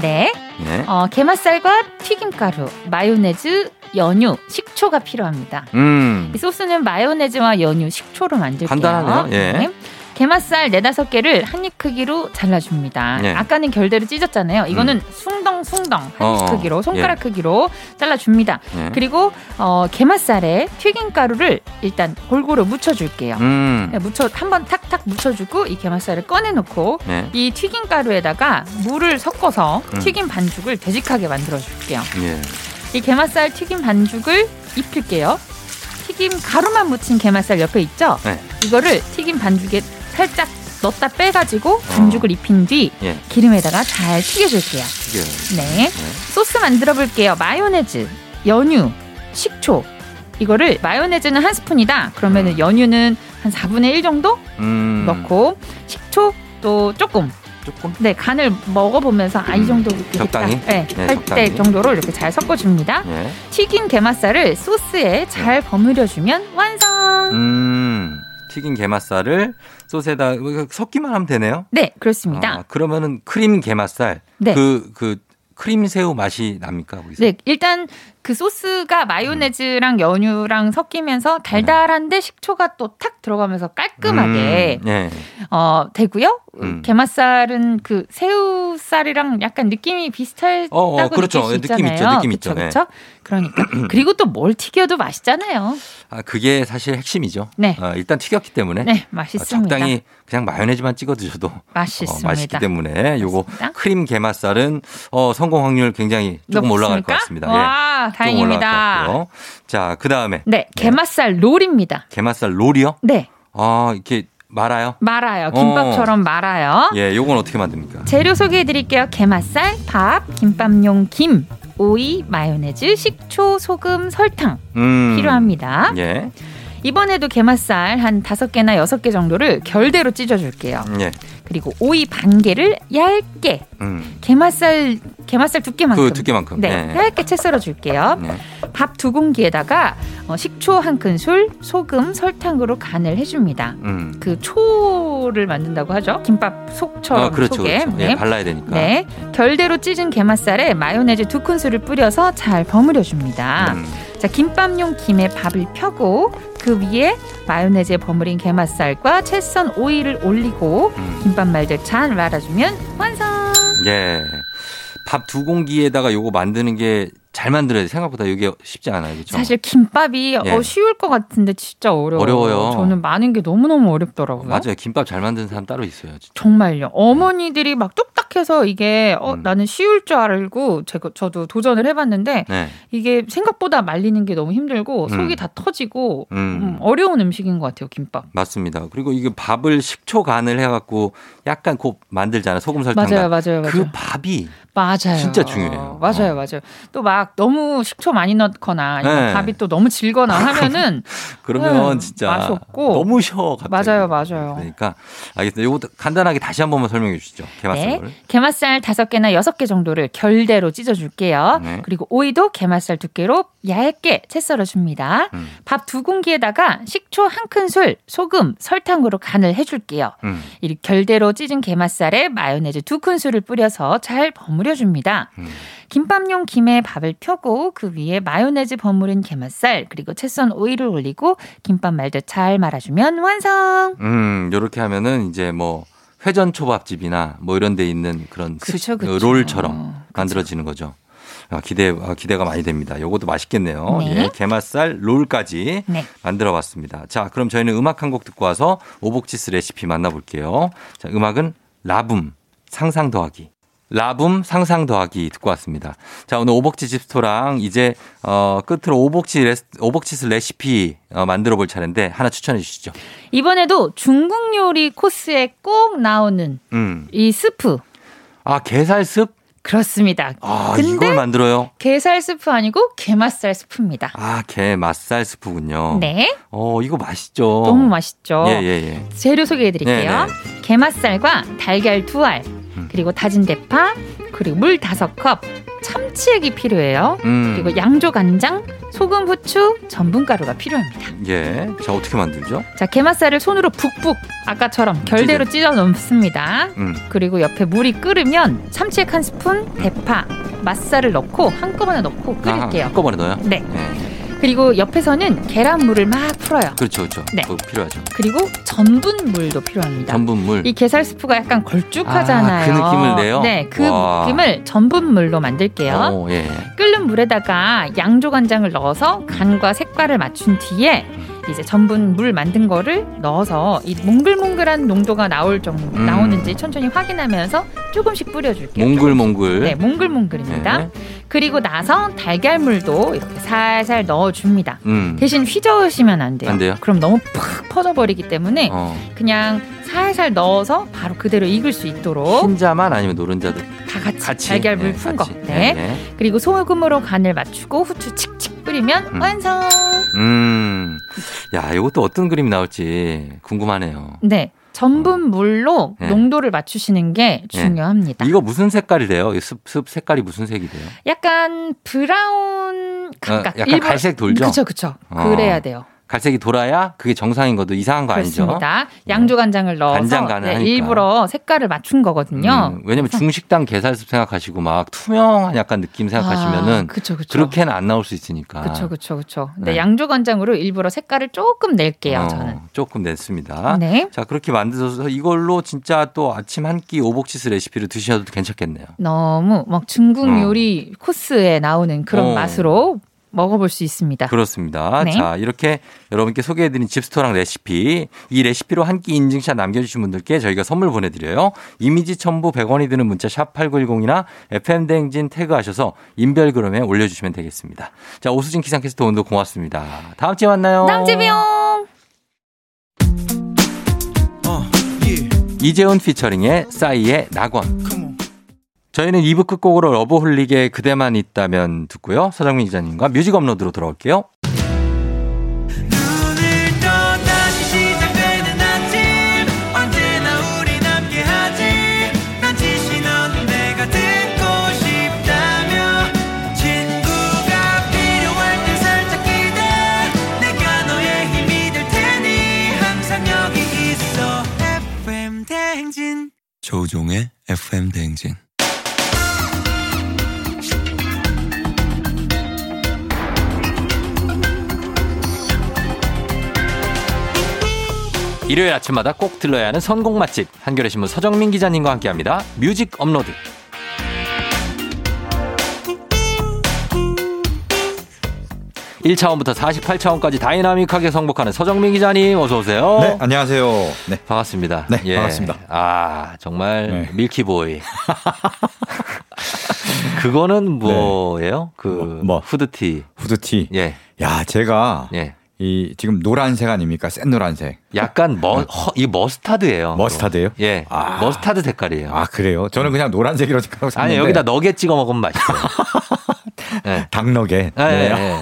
Speaker 4: 네.
Speaker 1: 예.
Speaker 4: 어, 게맛살과 튀김가루, 마요네즈, 연유, 식초가 필요합니다.
Speaker 1: 음.
Speaker 4: 이 소스는 마요네즈와 연유, 식초로 만들게요.
Speaker 1: 간단하네요. 예.
Speaker 4: 게맛살 네다섯 개를 한 입 크기로 잘라줍니다.
Speaker 1: 예. 음.
Speaker 4: 아까는 결대로 찢었잖아요. 이거는 숭덩숭덩 한 입
Speaker 1: 어어.
Speaker 4: 크기로 손가락 크기로 잘라줍니다.
Speaker 1: 예.
Speaker 4: 그리고 어, 게맛살에 튀김가루를 일단 골고루 묻혀줄게요.
Speaker 1: 음.
Speaker 4: 예, 묻혀 한번 탁탁 묻혀주고 이 게맛살을 꺼내놓고
Speaker 1: 예.
Speaker 4: 이 튀김 가루에다가 물을 섞어서
Speaker 1: 음.
Speaker 4: 튀김 반죽을 되직하게 만들어 줄게요.
Speaker 1: 예.
Speaker 4: 이 게맛살 튀김 반죽을 입힐게요. 튀김 가루만 묻힌 게맛살 옆에 있죠?
Speaker 1: 네.
Speaker 4: 이거를 튀김 반죽에 살짝 넣었다
Speaker 1: 어.
Speaker 4: 빼가지고 반죽을 입힌 뒤
Speaker 1: 예.
Speaker 4: 기름에다가 잘 튀겨줄게요.
Speaker 1: 튀겨요.
Speaker 4: 네. 소스 만들어 볼게요. 마요네즈, 연유, 식초. 이거를 마요네즈는 한 스푼이다. 그러면은
Speaker 1: 음.
Speaker 4: 연유는 한 4분의 1 정도
Speaker 1: 음.
Speaker 4: 넣고 식초 또 조금
Speaker 1: 조금.
Speaker 4: 네 간을 먹어보면서 아 이 정도
Speaker 1: 음. 적당히?
Speaker 4: 네,
Speaker 1: 네,
Speaker 4: 할때
Speaker 1: 적당히.
Speaker 4: 정도로 이렇게 잘 섞어줍니다.
Speaker 1: 예.
Speaker 4: 튀긴 게맛살을 소스에 잘 버무려주면 완성.
Speaker 1: 음. 튀긴 게맛살을 소스에다 뭐 이거 섞기만 하면 되네요.
Speaker 4: 네 그렇습니다.
Speaker 1: 아, 그러면은 크림 게맛살
Speaker 4: 네.
Speaker 1: 그 그 크림 새우 맛이 납니까 거기서?
Speaker 4: 네 일단 그 소스가 마요네즈랑 연유랑 섞이면서 달달한데 식초가 또 탁 들어가면서 깔끔하게
Speaker 1: 음, 예.
Speaker 4: 어 되고요.
Speaker 1: 음.
Speaker 4: 게맛살은 그 새우살이랑 약간 느낌이 비슷하다고
Speaker 1: 어, 어, 그렇죠.
Speaker 4: 느낄 수
Speaker 1: 느낌
Speaker 4: 있잖아요.
Speaker 1: 있죠, 느낌 있죠. 네.
Speaker 4: 그렇죠.
Speaker 1: [CLEARS THROAT]
Speaker 4: 그러니까 그리고 또 뭘 튀겨도 맛있잖아요.
Speaker 1: 아 그게 사실 핵심이죠.
Speaker 4: 네.
Speaker 1: 어, 일단 튀겼기 때문에
Speaker 4: 네,
Speaker 1: 어,
Speaker 4: 맛있습니다.
Speaker 1: 적당히 그냥 마요네즈만 찍어 드셔도 어,
Speaker 4: 맛있습니다.
Speaker 1: 맛있기 때문에 요거
Speaker 4: 맞습니다.
Speaker 1: 크림 게맛살은 어, 성공 확률 굉장히 조금 올라갈 것
Speaker 4: 높습니까?
Speaker 1: 같습니다.
Speaker 4: 와,
Speaker 1: 예, 조금 올라갈 것
Speaker 4: 다행입니다.
Speaker 1: 같고요. 자, 그 다음에
Speaker 4: 네, 게맛살 롤입니다.
Speaker 1: 게맛살 롤이요?
Speaker 4: 네,
Speaker 1: 아 이렇게 말아요?
Speaker 4: 말아요.
Speaker 1: 어.
Speaker 4: 김밥처럼 말아요.
Speaker 1: 예, 요건 어떻게 만듭니까?
Speaker 4: 재료 소개해 드릴게요. 게맛살, 밥, 김밥용 김, 오이, 마요네즈, 식초, 소금, 설탕
Speaker 1: 음.
Speaker 4: 필요합니다.
Speaker 1: 예,
Speaker 4: 이번에도 게맛살 한 다섯 개나 여섯 개 정도를 결대로 찢어줄게요.
Speaker 1: 예,
Speaker 4: 그리고 오이 반 개를 얇게
Speaker 1: 음, 게맛살
Speaker 4: 게맛살 게맛살 두께만큼
Speaker 1: 그 두께만큼.
Speaker 4: 네,
Speaker 1: 예.
Speaker 4: 얇게 채 썰어 줄게요.
Speaker 1: 예.
Speaker 4: 밥 두 공기에다가 어, 식초 한 큰술, 소금, 설탕으로 간을 해줍니다.
Speaker 1: 음.
Speaker 4: 그 초를 만든다고 하죠. 김밥 속처럼
Speaker 1: 아, 그렇죠,
Speaker 4: 속에.
Speaker 1: 그렇죠.
Speaker 4: 네.
Speaker 1: 예, 발라야 되니까.
Speaker 4: 네. 결대로 찢은 게맛살에 마요네즈 두 큰술을 뿌려서 잘 버무려 줍니다.
Speaker 1: 음.
Speaker 4: 자, 김밥용 김에 밥을 펴고 그 위에 마요네즈에 버무린 게맛살과 채썬 오이를 올리고
Speaker 1: 음.
Speaker 4: 김밥 말들 잘 말아주면 완성.
Speaker 1: 예. 밥 두 공기에다가 요거 만드는 게 잘 만들어야 돼. 생각보다 이게 쉽지 않아요. 그렇죠?
Speaker 4: 사실 김밥이
Speaker 1: 예.
Speaker 4: 어, 쉬울 것 같은데 진짜 어려워요.
Speaker 1: 어려워요.
Speaker 4: 저는 많은 게 너무너무 어렵더라고요.
Speaker 1: 맞아요. 김밥 잘 만드는 사람 따로 있어요. 진짜.
Speaker 4: 정말요. 어머니들이 막 뚝딱해서 이게 어,
Speaker 1: 음.
Speaker 4: 나는 쉬울 줄 알고 제가 저도 도전을 해봤는데
Speaker 1: 네.
Speaker 4: 이게 생각보다 말리는 게 너무 힘들고
Speaker 1: 음.
Speaker 4: 속이 다 터지고
Speaker 1: 음.
Speaker 4: 음, 어려운 음식인 것 같아요 김밥.
Speaker 1: 맞습니다. 그리고 이게 밥을 식초 간을 해갖고 약간 곱 만들잖아요. 소금 설탕. 간.
Speaker 4: 맞아요, 맞아요, 맞아요.
Speaker 1: 그 밥이
Speaker 4: 맞아요.
Speaker 1: 진짜 중요해요.
Speaker 4: 맞아요,
Speaker 1: 어.
Speaker 4: 맞아요. 또 막 너무 식초 많이 넣거나 아니면
Speaker 1: 네.
Speaker 4: 밥이 또
Speaker 1: [LAUGHS]
Speaker 4: 너무 질거나 하면은
Speaker 1: 그러면
Speaker 4: 음,
Speaker 1: 진짜
Speaker 4: 맛이 없고.
Speaker 1: 너무 쉬워 갑자기.
Speaker 4: 맞아요, 맞아요.
Speaker 1: 그러니까 알겠습니다. 요거 간단하게 다시 한 번만 설명해 주시죠.
Speaker 4: 네.
Speaker 1: 개맛을.
Speaker 4: 게맛살 다섯 개나 여섯 개 정도를 결대로 찢어줄게요.
Speaker 1: 네.
Speaker 4: 그리고 오이도 게맛살 두께로 얇게 채 썰어줍니다.
Speaker 1: 음.
Speaker 4: 밥 두 공기에다가 식초 한 큰술, 소금, 설탕으로 간을 해줄게요.
Speaker 1: 음.
Speaker 4: 이 결대로 찢은 게맛살에 마요네즈 두 큰술을 뿌려서 잘 버무려줍니다.
Speaker 1: 음.
Speaker 4: 김밥용 김에 밥을 펴고 그 위에 마요네즈 버무린 게맛살 그리고 채썬 오이를 올리고 김밥 말듯 잘 말아주면 완성.
Speaker 1: 음, 요렇게 하면은 이제 뭐 회전 초밥집이나 뭐 이런 데 있는 그런
Speaker 4: 그쵸,
Speaker 1: 스시- 어,
Speaker 4: 그쵸.
Speaker 1: 롤처럼
Speaker 4: 그쵸.
Speaker 1: 만들어지는 거죠. 아, 기대 아, 기대가 많이 됩니다. 요것도 맛있겠네요.
Speaker 4: 네.
Speaker 1: 예, 게맛살 롤까지
Speaker 4: 네.
Speaker 1: 만들어 봤습니다. 자, 그럼 저희는 음악 한 곡 듣고 와서 오복치스 레시피 만나 볼게요. 자, 음악은 라붐 상상 더하기. 라붐 상상 더하기 듣고 왔습니다. 자, 오늘 오복치 집스토랑 이제 어 끝으로 오복치 레스, 오복치스 레시피 어, 만들어 볼 차례인데 하나 추천해 주시죠.
Speaker 4: 이번에도 중국 요리 코스에 꼭 나오는
Speaker 1: 음.
Speaker 4: 이 스프.
Speaker 1: 아 게살습?
Speaker 4: 그렇습니다.
Speaker 1: 아
Speaker 4: 근데
Speaker 1: 이걸 만들어요?
Speaker 4: 게살 스프 아니고 게맛살 스프입니다.
Speaker 1: 아 게 맛살 스프군요.
Speaker 4: 네.
Speaker 1: 어 이거 맛있죠.
Speaker 4: 너무 맛있죠.
Speaker 1: 예예예.
Speaker 4: 재료 소개해 드릴게요.
Speaker 1: 네, 음.
Speaker 4: 게맛살과 달걀 두 알, 그리고 다진 대파, 그리고 물 다섯 컵, 참치액이 필요해요.
Speaker 1: 음.
Speaker 4: 그리고 양조 간장, 소금, 후추, 전분가루가 필요합니다.
Speaker 1: 예. 자, 어떻게 만들죠?
Speaker 4: 자, 게맛살을 손으로 북북 아까처럼 결대로 찢어 넣습니다.
Speaker 1: 음.
Speaker 4: 그리고 옆에 물이 끓으면 참치액 한 스푼, 대파, 맛살을 넣고 한꺼번에 넣고
Speaker 1: 아,
Speaker 4: 끓일게요.
Speaker 1: 한꺼번에 넣어요?
Speaker 4: 네.
Speaker 1: 예.
Speaker 4: 그리고 옆에서는 계란물을 막 풀어요.
Speaker 1: 그렇죠, 그렇죠.
Speaker 4: 네.
Speaker 1: 그거 필요하죠.
Speaker 4: 그리고 전분물도 필요합니다.
Speaker 1: 전분물.
Speaker 4: 이 게살 스프가 약간 걸쭉하잖아요.
Speaker 1: 아, 그 느낌을 내요?
Speaker 4: 네, 그
Speaker 1: 와.
Speaker 4: 느낌을 전분물로 만들게요.
Speaker 1: 오, 예.
Speaker 4: 끓는 물에다가 양조간장을 넣어서 간과 색깔을 맞춘 뒤에 이제 전분물 만든 거를 넣어서 이 몽글몽글한 농도가 나올 정도
Speaker 1: 음.
Speaker 4: 나오는지 천천히 확인하면서 조금씩 뿌려줄게요.
Speaker 1: 몽글몽글.
Speaker 4: 네, 몽글몽글입니다.
Speaker 1: 예.
Speaker 4: 그리고 나서 달걀물도 이렇게 살살 넣어줍니다.
Speaker 1: 음.
Speaker 4: 대신 휘저으시면 안 돼요.
Speaker 1: 안 돼요?
Speaker 4: 그럼 너무 팍 퍼져버리기 때문에
Speaker 1: 어.
Speaker 4: 그냥 살살 넣어서 바로 그대로 익을 수 있도록
Speaker 1: 흰자만 아니면 노른자도
Speaker 4: 다 같이,
Speaker 1: 같이
Speaker 4: 달걀물
Speaker 1: 예,
Speaker 4: 푼 거.
Speaker 1: 같이.
Speaker 4: 네.
Speaker 1: 예, 예.
Speaker 4: 그리고 소금으로 간을 맞추고 후추 칙칙 뿌리면
Speaker 1: 음.
Speaker 4: 완성.
Speaker 1: 음. 야, 이것도 어떤 그림이 나올지 궁금하네요.
Speaker 4: 네. 전분 물로
Speaker 1: 네.
Speaker 4: 농도를 맞추시는 게 중요합니다.
Speaker 1: 이거 무슨 색깔이 돼요? 이 습, 습 색깔이 무슨 색이 돼요?
Speaker 4: 약간 브라운 각각
Speaker 1: 어, 약간 갈색 돌죠?
Speaker 4: 그렇죠, 그렇죠.
Speaker 1: 어.
Speaker 4: 그래야 돼요.
Speaker 1: 갈색이 돌아야 그게 정상인 것도 이상한 거 아니죠? 음.
Speaker 4: 그렇습니다. 양조 간장을 넣어서 네,
Speaker 1: 간장 간을 하니까.
Speaker 4: 일부러 색깔을 맞춘 거거든요.
Speaker 1: 음, 왜냐면 중식당 게살숲 생각하시고 막 투명한 약간 느낌 생각하시면은
Speaker 4: 그렇죠, 그렇죠.
Speaker 1: 그렇게는 안 나올 수 있으니까.
Speaker 4: 그렇죠, 그렇죠, 그렇죠.
Speaker 1: 네.
Speaker 4: 네, 양조 간장으로 일부러 색깔을 조금 낼게요,
Speaker 1: 어, 아?
Speaker 4: 저는.
Speaker 1: 조금 냈습니다.
Speaker 4: 네.
Speaker 1: 자 그렇게 만드셔서 이걸로 진짜 또 아침 한 끼 오복치스 레시피를 드셔도 괜찮겠네요.
Speaker 4: 너무 막 중국
Speaker 1: 어.
Speaker 4: 요리 코스에 나오는 그런
Speaker 1: 어.
Speaker 4: 맛으로 먹어볼 수 있습니다.
Speaker 1: 그렇습니다.
Speaker 4: 네.
Speaker 1: 자 이렇게 여러분께 소개해드린 집스토랑 레시피 이 레시피로 한 끼 인증샷 남겨주신 분들께 저희가 선물 보내드려요. 이미지 첨부 100원이 드는 문자 샵 8910이나 FM 대행진 태그하셔서 인별그램에 올려주시면 되겠습니다. 자 오수진 기상캐스터 오늘도 고맙습니다. 다음 주에 만나요.
Speaker 4: 남재비용
Speaker 5: 어, 예,
Speaker 1: 이재훈 피처링의 싸이의 낙원. 저희는 2부 끝곡으로 러브홀릭의 그대만 있다면 듣고요. 서정민 기자님과 뮤직 업로드로 돌아올게요.
Speaker 5: 눈을 떠 다시 시작되는 아침 언제나 우리 함께하지 난 지시 넌 내가 듣고 싶다며 친구가 필요할 때 살짝 기대 내가 너의 힘이 될 테니 항상 여기 있어 FM 대행진
Speaker 6: 조종의 FM 대행진.
Speaker 1: 일요일 아침마다 꼭 들러야 하는 선곡 맛집 한겨레 신문 서정민 기자님과 함께합니다. 뮤직 업로드. 일차원부터 48차원까지 다이나믹하게 성복하는 서정민 기자님 어서 오세요.
Speaker 7: 네, 안녕하세요. 네.
Speaker 1: 반갑습니다. 예.
Speaker 7: 네, 반갑습니다.
Speaker 1: 아, 정말
Speaker 7: 네.
Speaker 1: 밀키보이.
Speaker 7: [LAUGHS]
Speaker 1: 그거는 뭐예요? 그
Speaker 7: 네. 뭐, 뭐.
Speaker 1: 후드티.
Speaker 7: 후드티.
Speaker 1: 예.
Speaker 7: 야, 제가
Speaker 1: 예.
Speaker 7: 이 지금 노란색 아닙니까? 센 노란색.
Speaker 1: 약간 머, 허, 이 머스타드예요.
Speaker 7: 머스타드예요?
Speaker 1: 예.
Speaker 7: 아.
Speaker 1: 머스타드 색깔이에요.
Speaker 7: 아, 그래요? 저는 그냥 노란색이라고 생각하고
Speaker 1: 아니
Speaker 7: 샀는데
Speaker 1: 여기다 너겟 찍어 먹으면
Speaker 7: [LAUGHS]
Speaker 1: 맛있어요. 예.
Speaker 7: 당너게.
Speaker 1: 아, 예,
Speaker 7: 네.
Speaker 1: 예.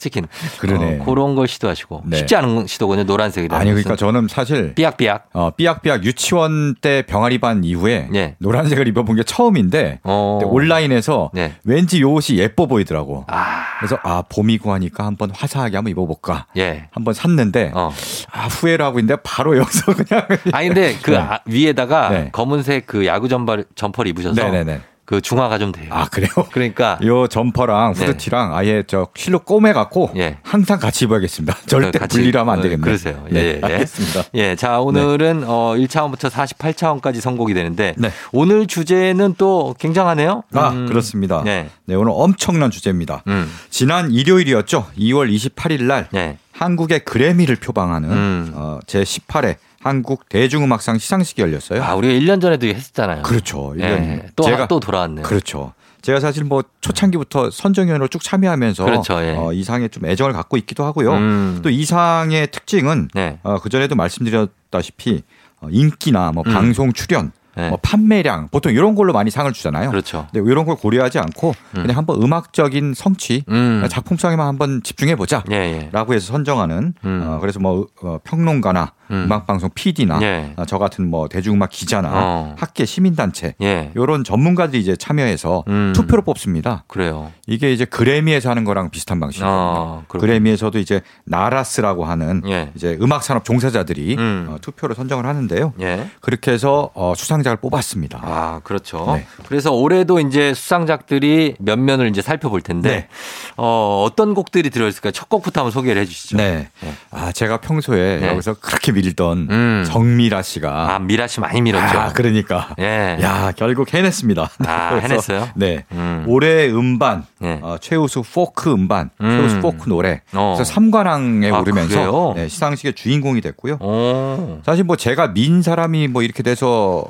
Speaker 1: 치킨.
Speaker 7: 그러네.
Speaker 1: 어, 그런 걸 시도하시고
Speaker 7: 네.
Speaker 1: 쉽지 않은 시도거든요. 노란색이라.
Speaker 7: 아니 그러니까 저는 사실
Speaker 1: 삐약삐약.
Speaker 7: 어, 삐약삐약 유치원 때 병아리 반 이후에
Speaker 1: 예.
Speaker 7: 노란색을 입어본 게 처음인데
Speaker 1: 어.
Speaker 7: 근데 온라인에서
Speaker 1: 네.
Speaker 7: 왠지 요 옷이 예뻐 보이더라고.
Speaker 1: 아,
Speaker 7: 그래서 아 봄이고 하니까 한번 화사하게 한번 입어볼까.
Speaker 1: 예.
Speaker 7: 한번 샀는데
Speaker 1: 어.
Speaker 7: 아 후회를 하고 있는데 바로 여기서 그냥
Speaker 1: 아 근데 그
Speaker 7: 네.
Speaker 1: 아- 위에다가
Speaker 7: 네.
Speaker 1: 검은색 그 야구 점퍼 점퍼를 입으셔서
Speaker 7: [LAUGHS] 네네네.
Speaker 1: 그 중화가 좀 돼요.
Speaker 7: 아 그래요?
Speaker 1: 그러니까
Speaker 7: 요 점퍼랑 후드티랑 아예 저 실로 꼬매 갖고
Speaker 1: 예.
Speaker 7: 항상 같이 입어야겠습니다. 절대
Speaker 1: 같이
Speaker 7: 분리하면 안
Speaker 1: 어,
Speaker 7: 되겠네요.
Speaker 1: 그러세요. 예,
Speaker 7: 네,
Speaker 1: 예, 예.
Speaker 7: 알겠습니다.
Speaker 1: 예, 자 오늘은 어 1차원부터 48차원까지 선곡이 되는데
Speaker 7: 네.
Speaker 1: 오늘 주제는 또 굉장하네요.
Speaker 7: 아
Speaker 1: 음,
Speaker 7: 그렇습니다.
Speaker 1: 네.
Speaker 7: 네. 오늘 엄청난 주제입니다.
Speaker 1: 음.
Speaker 7: 지난 일요일이었죠. 2월 28일 날
Speaker 1: 네.
Speaker 7: 한국의 그래미를 표방하는
Speaker 1: 음.
Speaker 7: 어, 제 18회 한국 대중음악상 시상식이 열렸어요.
Speaker 1: 아 우리가 1년 전에도 했었잖아요.
Speaker 7: 그렇죠.
Speaker 1: 예,
Speaker 7: 일년
Speaker 1: 또,
Speaker 7: 제가
Speaker 1: 또 돌아왔네요.
Speaker 7: 그렇죠. 제가 사실 뭐 초창기부터 선정위원으로 쭉 참여하면서
Speaker 1: 그렇죠, 예.
Speaker 7: 어, 이 상에 좀 애정을 갖고 있기도 하고요.
Speaker 1: 음.
Speaker 7: 또 이 상의 특징은
Speaker 1: 네.
Speaker 7: 어, 그전에도 말씀드렸다시피 어, 인기나 뭐
Speaker 1: 음.
Speaker 7: 방송 출연
Speaker 1: 네.
Speaker 7: 뭐 판매량 보통 이런 걸로 많이 상을 주잖아요.
Speaker 1: 그렇죠.
Speaker 7: 근데 이런 걸 고려하지 않고 그냥 한번 음악적인 아, 성취,
Speaker 1: 음.
Speaker 7: 작품성에만 한번 집중해 보자.
Speaker 1: 예, 예.
Speaker 7: 라고 해서 선정하는
Speaker 1: 음.
Speaker 7: 어, 그래서 뭐 어, 평론가나
Speaker 1: 음.
Speaker 7: 음. 악방송 PD나
Speaker 1: 예.
Speaker 7: 저 같은 뭐 대중음악 기자나
Speaker 1: 어.
Speaker 7: 학계 시민단체
Speaker 1: 예.
Speaker 7: 이런 전문가들이 이제 참여해서
Speaker 1: 음.
Speaker 7: 투표로 뽑습니다.
Speaker 1: 그래요.
Speaker 7: 이게 이제 그래미에서 하는 거랑 비슷한 방식이에요.
Speaker 1: 아, 그렇군요.
Speaker 7: 그래미에서도 이제 나라스라고 하는
Speaker 1: 예.
Speaker 7: 이제 음악 산업 종사자들이
Speaker 1: 음.
Speaker 7: 어, 투표를 선정을 하는데요.
Speaker 1: 예.
Speaker 7: 그렇게 해서 어, 수상자를 뽑았습니다.
Speaker 1: 아, 그렇죠.
Speaker 7: 네.
Speaker 1: 그래서 올해도 이제 수상작들이 몇 면을 이제 살펴볼 텐데
Speaker 7: 네.
Speaker 1: 어, 어떤 곡들이 들어있을까요? 첫 곡부터 한번 소개를 해 주시죠.
Speaker 7: 네.
Speaker 1: 네.
Speaker 7: 아, 제가 평소에
Speaker 1: 네.
Speaker 7: 여기서 그렇게 밀던
Speaker 1: 음.
Speaker 7: 정미라 씨가
Speaker 1: 아, 미라 씨 많이 밀었죠.
Speaker 7: 아, 그러니까
Speaker 1: 예.
Speaker 7: 야,
Speaker 1: [LAUGHS]
Speaker 7: 결국 해냈습니다.
Speaker 1: 아,
Speaker 7: 그래서,
Speaker 1: 해냈어요?
Speaker 7: 네.
Speaker 1: 음.
Speaker 7: 올해 음반,
Speaker 1: 네.
Speaker 7: 어, 최우수 포크 음반,
Speaker 1: 음.
Speaker 7: 최우수 포크 노래.
Speaker 1: 어.
Speaker 7: 그래서 삼관왕에
Speaker 1: 아, 그래요? 어.
Speaker 7: 오르면서 네, 시상식의 주인공이 됐고요.
Speaker 1: 오.
Speaker 7: 사실 뭐 제가 민 사람이 뭐 이렇게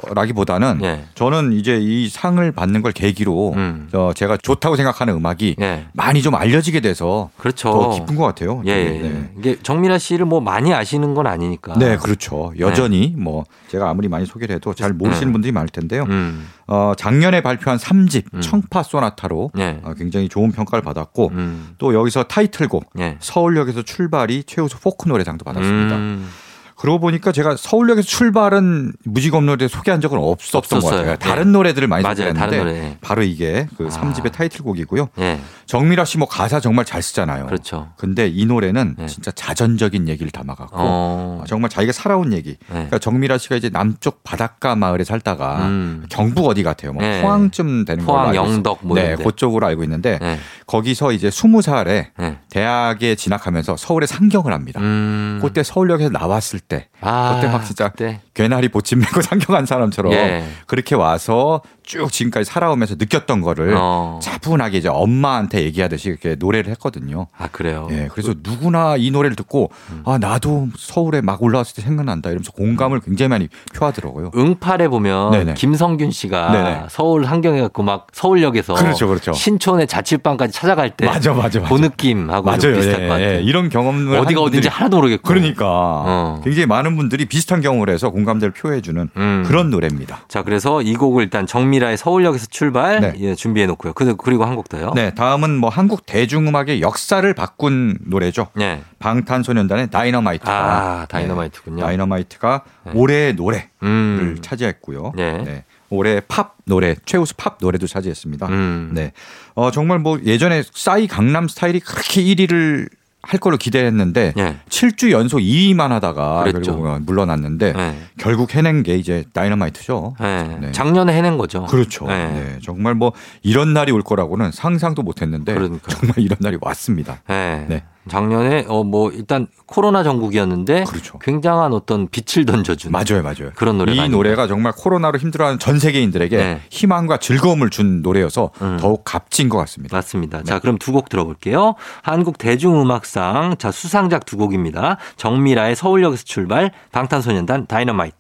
Speaker 7: 돼서라기보다는
Speaker 1: 예.
Speaker 7: 저는 이제 이 상을 받는 걸 계기로
Speaker 1: 음.
Speaker 7: 어, 제가 좋다고 생각하는 음악이
Speaker 1: 예.
Speaker 7: 많이 좀 알려지게 돼서
Speaker 1: 그렇죠.
Speaker 7: 더 기쁜 것 같아요.
Speaker 1: 예,
Speaker 7: 되게,
Speaker 1: 예.
Speaker 7: 네.
Speaker 1: 이게 정민아 씨를 뭐 많이 아시는 건 아니니까.
Speaker 7: 네, 그렇죠. 여전히 뭐 제가 아무리 많이 소개를 해도 잘 모르시는
Speaker 1: 네. 음.
Speaker 7: 분들이 많을 텐데요.
Speaker 1: 음.
Speaker 7: 어, 작년에 발표한 3집
Speaker 1: 음.
Speaker 7: 청파 소나타로
Speaker 1: 예.
Speaker 7: 어, 굉장히 좋은 평가를 받았고
Speaker 1: 음.
Speaker 7: 또 여기서 타이틀곡
Speaker 1: 예.
Speaker 7: 서울역에서 출발이 최우수 포크 노래상도 받았습니다.
Speaker 1: 음.
Speaker 7: 그러고 보니까 제가 서울역에서 출발은 무지검노래 소개한 적은 없, 없었던 것
Speaker 1: 없었어요.
Speaker 7: 같아요.
Speaker 1: 예.
Speaker 7: 다른 노래들을 많이
Speaker 1: 맞아요. 다른
Speaker 7: 소개했는데
Speaker 1: 노래.
Speaker 7: 바로 이게 그
Speaker 1: 아.
Speaker 7: 3집의 타이틀곡이고요.
Speaker 1: 예.
Speaker 7: 정미라 씨 뭐 가사 정말 잘 쓰잖아요.
Speaker 1: 그렇죠.
Speaker 7: 근데 이 노래는
Speaker 1: 네.
Speaker 7: 진짜 자전적인 얘기를 담아갖고
Speaker 1: 어.
Speaker 7: 정말 자기가 살아온 얘기.
Speaker 1: 예.
Speaker 7: 그러니까 정미라 씨가 이제 남쪽 바닷가 마을에 살다가
Speaker 1: 음.
Speaker 7: 경북 어디 같아요? 뭐
Speaker 1: 네.
Speaker 7: 포항쯤 그러니까 되는 걸로
Speaker 1: 포항,
Speaker 7: 알고 있어요.
Speaker 1: 영덕 뭐
Speaker 7: 네,
Speaker 1: 이런데.
Speaker 7: 그쪽으로 알고 있는데
Speaker 1: 예.
Speaker 7: 거기서 이제 20살에
Speaker 1: 예.
Speaker 7: 대학에 진학하면서 서울에 상경을 합니다.
Speaker 1: 음.
Speaker 7: 그때 서울역에서 나왔을 때
Speaker 1: 아,
Speaker 7: 그때 그러니까 막 진짜
Speaker 1: 그때.
Speaker 7: 괴나리 보침 메고 [LAUGHS] 상경한 사람처럼
Speaker 1: 예.
Speaker 7: 그렇게 와서 쭉 지금까지 살아오면서 느꼈던 거를
Speaker 1: 어.
Speaker 7: 차분하게 이제 엄마한테 얘기하듯이 이렇게 노래를 했거든요.
Speaker 1: 아, 그래요.
Speaker 7: 예, 그래서 누구나 이 노래를 듣고 아 나도 서울에 막 올라왔을 때 생각난다 이러면서 공감을 굉장히 많이 표하더라고요.
Speaker 1: 응팔에 보면
Speaker 7: 네네.
Speaker 1: 김성균 씨가
Speaker 7: 네네.
Speaker 1: 서울 상경에 갖고 막 서울역에서
Speaker 7: 그렇죠, 그렇죠.
Speaker 1: 신촌의 자취방까지 찾아갈 때
Speaker 7: 맞아, 맞아,
Speaker 1: 그
Speaker 7: 맞아.
Speaker 1: 느낌하고 좀
Speaker 7: 맞아요.
Speaker 1: 비슷할
Speaker 7: 예,
Speaker 1: 것 같아요.
Speaker 7: 예. 이런 경험을
Speaker 1: 어디가
Speaker 7: 하는 분들이-
Speaker 1: 어딘지 하나도 모르겠고.
Speaker 7: 그러니까
Speaker 1: 어.
Speaker 7: 굉장히 많은 분들이 비슷한 경험을 해서 공감대를 표해주는
Speaker 1: 음.
Speaker 7: 그런 노래입니다.
Speaker 1: 자, 그래서 이 곡을 일단 정미라의 서울역에서 출발
Speaker 7: 네.
Speaker 1: 예, 준비해 놓고요. 그- 그리고 한 곡 더요.
Speaker 7: 네, 다음은 뭐 한국 대중음악의 역사를 바꾼 노래죠.
Speaker 1: 예.
Speaker 7: 방탄소년단의 다이너마이트.
Speaker 1: 아, 다이너마이트군요.
Speaker 7: 다이너마이트가
Speaker 1: 네.
Speaker 7: 올해의 노래를
Speaker 1: 음.
Speaker 7: 차지했고요.
Speaker 1: 네.
Speaker 7: 올해 팝 노래 최우수 팝 노래도 차지했습니다.
Speaker 1: 음.
Speaker 7: 네, 어, 정말 뭐 예전에 싸이 강남 스타일이 그렇게 1위를 할 걸로 기대했는데
Speaker 1: 예.
Speaker 7: 7주 연속 2위만 하다가
Speaker 1: 그랬죠.
Speaker 7: 결국 어, 물러났는데
Speaker 1: 예.
Speaker 7: 결국 해낸 게 이제 다이너마이트죠.
Speaker 1: 예.
Speaker 7: 네.
Speaker 1: 작년에 해낸 거죠.
Speaker 7: 그렇죠.
Speaker 1: 예.
Speaker 7: 네, 정말 뭐 이런 날이 올 거라고는 상상도 못했는데
Speaker 1: 그러니까요.
Speaker 7: 정말 이런 날이 왔습니다.
Speaker 1: 예.
Speaker 7: 네.
Speaker 1: 작년에 어 뭐 일단 코로나 전국이었는데
Speaker 7: 그렇죠.
Speaker 1: 굉장한 어떤 빛을 던져준
Speaker 7: 맞아요, 맞아요.
Speaker 1: 그런 노래가
Speaker 7: 이
Speaker 1: 아닌가.
Speaker 7: 노래가 정말 코로나로 힘들어하는 전 세계인들에게
Speaker 1: 네.
Speaker 7: 희망과 즐거움을 준 노래여서
Speaker 1: 음.
Speaker 7: 더욱 값진 것 같습니다.
Speaker 1: 네, 맞습니다. 자, 그럼 두 곡 들어볼게요. 한국 대중음악상 자 수상작 두 곡입니다. 정미라의 서울역에서 출발, 방탄소년단 다이너마이트.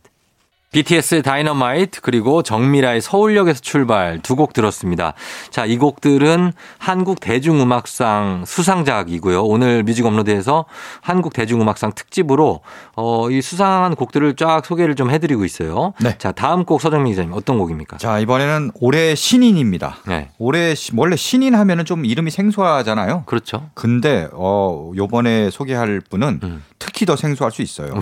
Speaker 1: BTS의 다이너마이트 그리고 정미라의 서울역에서 출발 두 곡 들었습니다. 자, 이 곡들은 한국 대중음악상 수상작이고요. 오늘 뮤직 업로드에서 한국 대중음악상 특집으로 어, 이 수상한 곡들을 쫙 소개를 좀 해드리고 있어요.
Speaker 7: 네.
Speaker 1: 자, 다음 곡 서정민 기자님 어떤 곡입니까?
Speaker 7: 자, 이번에는 올해 신인입니다.
Speaker 1: 네,
Speaker 7: 올해 시- 원래 신인 하면은 좀 이름이 생소하잖아요.
Speaker 1: 그렇죠.
Speaker 7: 근데 어 요번에 소개할 분은
Speaker 1: 음. 뭐,
Speaker 7: 특히 더 생소할
Speaker 1: [LAUGHS]
Speaker 7: 수 있어요.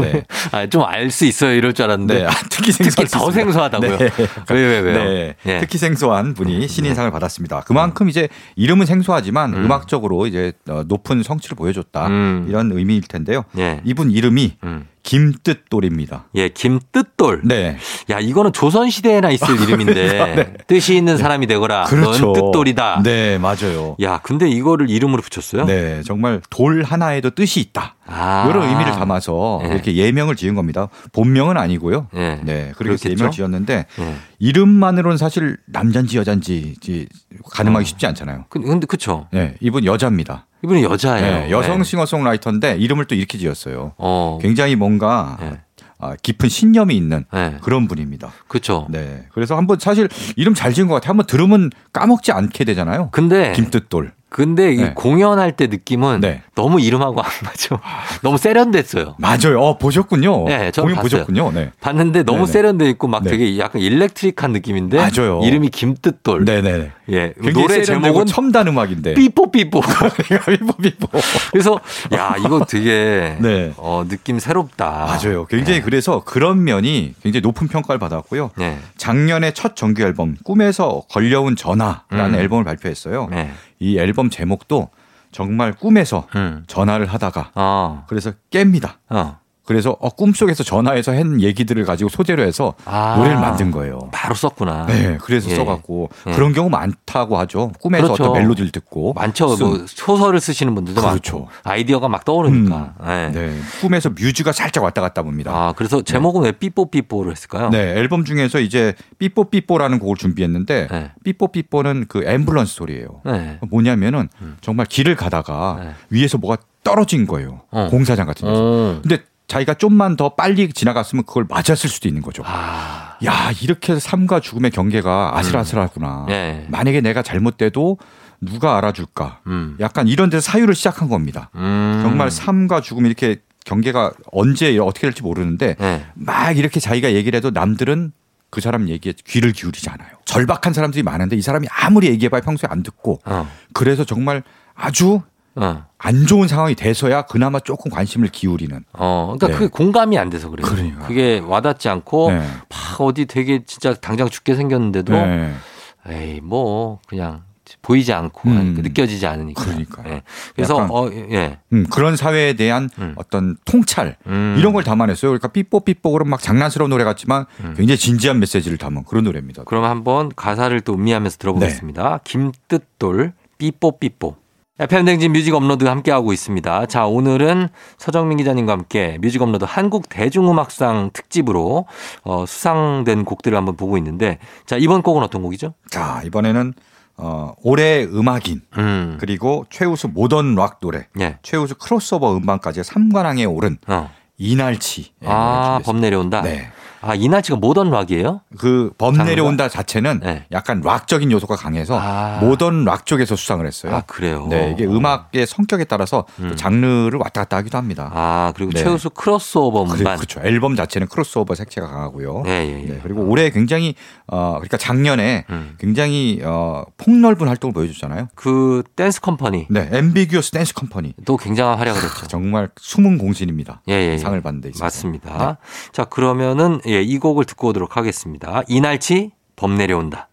Speaker 7: 네.
Speaker 1: 아, 좀 알 수 있어요. 이럴 줄 알았는데.
Speaker 7: 네, 아, 특히
Speaker 1: 특히
Speaker 7: 생소할 수
Speaker 1: 더
Speaker 7: 있습니다.
Speaker 1: 생소하다고요.
Speaker 7: 네.
Speaker 1: 왜 왜 왜요? 음.
Speaker 7: 네.
Speaker 1: 예.
Speaker 7: 특히 생소한 분이 신인상을 받았습니다. 그만큼 이제 이름은 생소하지만 음. 악적으로 이제 어, 높은 성취를 보여줬다
Speaker 1: 음.
Speaker 7: 아, 이런 의미일 텐데요.
Speaker 1: 예.
Speaker 7: 이분 이름이
Speaker 1: 음.
Speaker 7: 김뜻돌입니다.
Speaker 1: 예, 김뜻돌.
Speaker 7: 네, 아,
Speaker 1: 야, 이거는 조선 시대에나
Speaker 7: [LAUGHS]
Speaker 1: 있을 이름인데 뜻이 있는 사람이 되거라.
Speaker 7: 네. 그렇죠.
Speaker 1: 아, 넌 뜻돌이다. 예?
Speaker 7: 네, 맞아요.
Speaker 1: 야, 근데 이거를 이름으로 붙였어요?
Speaker 7: 네, 정말 돌 하나에도 뜻이 있다.
Speaker 1: 아.
Speaker 7: 이런 의미를 담아서
Speaker 1: 예.
Speaker 7: 이렇게 예명을 지은 겁니다. 본명은 아니고요.
Speaker 1: 예.
Speaker 7: 네, 그렇게
Speaker 1: 그렇겠죠?
Speaker 7: 해서 예명을 지었는데
Speaker 1: 예.
Speaker 7: 이름만으로는 사실 남잔지 여잔지 이제
Speaker 1: 어.
Speaker 7: 가늠하기 쉽지 않잖아요.
Speaker 1: 근- 근데 그쵸
Speaker 7: 네, 이분 여자입니다.
Speaker 1: 이분은 여자예요.
Speaker 7: 네, 여성
Speaker 1: 예.
Speaker 7: 싱어송라이터인데 이름을 또 이렇게 지었어요.
Speaker 1: 어.
Speaker 7: 굉장히 뭔가
Speaker 1: 예.
Speaker 7: 아, 깊은 신념이 있는
Speaker 1: 예.
Speaker 7: 그런 분입니다.
Speaker 1: 그렇죠.
Speaker 7: 네, 그래서 한번 사실 이름 잘 지은 것 같아요. 한번
Speaker 1: 그,
Speaker 7: 들으면 까먹지 않게 되잖아요.
Speaker 1: 근데
Speaker 7: 김뜻돌.
Speaker 1: 근데 이
Speaker 7: 네.
Speaker 1: 공연할 때 느낌은
Speaker 7: 네. 아.
Speaker 1: 너무 이름하고 안 맞죠. 너무 세련됐어요.
Speaker 7: 맞아요. 어, 보셨군요.
Speaker 1: 네, 저는
Speaker 7: 공연
Speaker 1: 봤어요.
Speaker 7: 보셨군요. 네.
Speaker 1: 봤는데 너무
Speaker 7: 네네.
Speaker 1: 세련돼 있고 막
Speaker 7: 네.
Speaker 1: 되게 약간 일렉트릭한 느낌인데
Speaker 7: 맞아요.
Speaker 1: 이름이 김뜻돌.
Speaker 7: 네네네.
Speaker 1: 예.
Speaker 7: 굉장히 네.
Speaker 1: 노래 제목은
Speaker 7: 첨단 음악인데.
Speaker 1: 삐뽀삐뽀. [LAUGHS]
Speaker 7: 비보 비보.
Speaker 1: 그래서 야, 이거 되게
Speaker 7: 네.
Speaker 1: 어, 느낌 새롭다.
Speaker 7: 맞아요. 굉장히 그래서 그런 면이 굉장히 높은 평가를 받았고요.
Speaker 1: 네.
Speaker 7: 작년에 첫 정규 앨범 꿈에서 걸려온 전화라는
Speaker 1: 음.
Speaker 7: 앨범을 발표했어요.
Speaker 1: 네.
Speaker 7: 이 앨범 제목도 정말 꿈에서
Speaker 1: 음.
Speaker 7: 전화를 하다가
Speaker 1: 어.
Speaker 7: 그래서 깹니다.
Speaker 1: 어.
Speaker 7: 그래서 어, 꿈속에서 전화해서 한 얘기들을 가지고 소재로 해서
Speaker 1: 아.
Speaker 7: 노래를 만든 거예요.
Speaker 1: 바로 썼구나.
Speaker 7: 네, 그래서
Speaker 1: 예.
Speaker 7: 써갖고
Speaker 1: 예.
Speaker 7: 그런 경우 많다고 하죠. 꿈에서
Speaker 1: 그렇죠.
Speaker 7: 어떤 멜로디를 듣고
Speaker 1: 많죠.
Speaker 7: 쓴.
Speaker 1: 뭐 소설을 쓰시는 분들도
Speaker 7: 그렇죠.
Speaker 1: 많고 아이디어가 막 떠오르니까. 네.
Speaker 7: 네, 꿈에서 뮤즈가 살짝 왔다 갔다 봅니다.
Speaker 1: 아, 그래서 제목은 왜 삐뽀삐뽀로 했을까요?
Speaker 7: 네, 앨범 중에서 이제 삐뽀삐뽀라는 곡을 준비했는데
Speaker 1: 네.
Speaker 7: 삐뽀삐뽀는 그 앰뷸런스 소리예요.
Speaker 1: 네.
Speaker 7: 뭐냐면은 정말 길을 가다가
Speaker 1: 네.
Speaker 7: 위에서 뭐가 떨어진 거예요.
Speaker 1: 어.
Speaker 7: 공사장 같은 데서.
Speaker 1: 어.
Speaker 7: 근데 자기가 좀만 더 빨리 지나갔으면 그걸 맞았을 수도 있는 거죠.
Speaker 1: 아.
Speaker 7: 야, 이렇게 삶과 죽음의 경계가 아슬아슬하구나.
Speaker 1: 네.
Speaker 7: 만약에 내가 잘못돼도 누가 알아줄까?
Speaker 1: 음.
Speaker 7: 약간 이런 데서 사유를 시작한 겁니다.
Speaker 1: 음.
Speaker 7: 정말 삶과 죽음 이렇게 경계가 언제 어떻게 될지 모르는데
Speaker 1: 네.
Speaker 7: 막 이렇게 자기가 얘기를 해도 남들은 그 사람 얘기에 귀를 기울이지 않아요. 절박한 사람들이 많은데 이 사람이 아무리 얘기해봐야 평소에 안 듣고
Speaker 1: 어.
Speaker 7: 그래서 정말 아주
Speaker 1: 어.
Speaker 7: 안 좋은 상황이 돼서야 그나마 조금 관심을 기울이는.
Speaker 1: 어. 그러니까
Speaker 7: 네.
Speaker 1: 그게 공감이 안 돼서 그래요.
Speaker 7: 그러니까.
Speaker 1: 게 와닿지 않고
Speaker 7: 네.
Speaker 1: 막 어디 되게 진짜 당장 죽게 생겼는데도
Speaker 7: 네.
Speaker 1: 에이 뭐 그냥 보이지 않고
Speaker 7: 음.
Speaker 1: 느껴지지 않으니까.
Speaker 7: 그러니까요.
Speaker 1: 예. 그래서
Speaker 7: 약간-
Speaker 1: 어 예.
Speaker 7: 음, 그런 사회에 대한
Speaker 1: 음.
Speaker 7: 어떤 통찰
Speaker 1: 음.
Speaker 7: 이런 걸 담아냈어요. 그러니까 삐뽀삐뽀그런 막 장난스러운 노래 같지만
Speaker 1: 음.
Speaker 7: 굉장히 진지한 메시지를 담은 그런 노래입니다.
Speaker 1: 그럼 한번 가사를 또 음미하면서 들어보겠습니다.
Speaker 7: 네.
Speaker 1: 김뜻돌 삐뽀삐뽀. FM댕진 뮤직 업로드 함께하고 있습니다. 자, 오늘은 서정민 기자님과 함께 뮤직 업로드 한국 대중음악상 특집으로 어, 수상된 곡들을 한번 보고 있는데 자, 이번 곡은 어떤 곡이죠?
Speaker 7: 자 이번에는 어, 올해 음악인
Speaker 1: 음.
Speaker 7: 그리고 최우수 모던 락 노래
Speaker 1: 예.
Speaker 7: 최우수 크로스오버 음반까지 3관왕에 오른
Speaker 1: 어.
Speaker 7: 이날치.
Speaker 1: 아, 범 내려온다.
Speaker 7: 예, 네.
Speaker 1: 아, 이날치가 모던 락이에요?
Speaker 7: 그범
Speaker 1: 장르가?
Speaker 7: 내려온다 자체는
Speaker 1: 네.
Speaker 7: 약간 락적인 요소가 강해서
Speaker 1: 아.
Speaker 7: 모던 락 쪽에서 수상을 했어요.
Speaker 1: 아, 그래요.
Speaker 7: 네, 이게 음악의 성격에 따라서 또
Speaker 1: 음.
Speaker 7: 장르를 왔다 갔다 하기도 합니다.
Speaker 1: 아, 그리고
Speaker 7: 네.
Speaker 1: 최우수 크로스오버
Speaker 7: 그리고
Speaker 1: 음반.
Speaker 7: 그렇죠. 앨범 자체는 크로스오버 색채가 강하고요.
Speaker 1: 예, 예, 예.
Speaker 7: 네, 그리고 올해 굉장히 어 그러니까 작년에
Speaker 1: 음.
Speaker 7: 굉장히 어 폭넓은 활동을 보여줬잖아요.
Speaker 1: 그 댄스 컴퍼니
Speaker 7: 네, 엠비규어스 댄스 컴퍼니
Speaker 1: 또 굉장한 활약을 했죠.
Speaker 7: 정말 숨은 공신입니다.
Speaker 1: 예, 예, 예.
Speaker 7: 아, 상을 네. 받는데
Speaker 1: 음.
Speaker 7: 있어서
Speaker 1: 맞습니다. 자, 그러면은 예, 이 곡을 듣고 오도록 하겠습니다. 이날치 범 내려온다.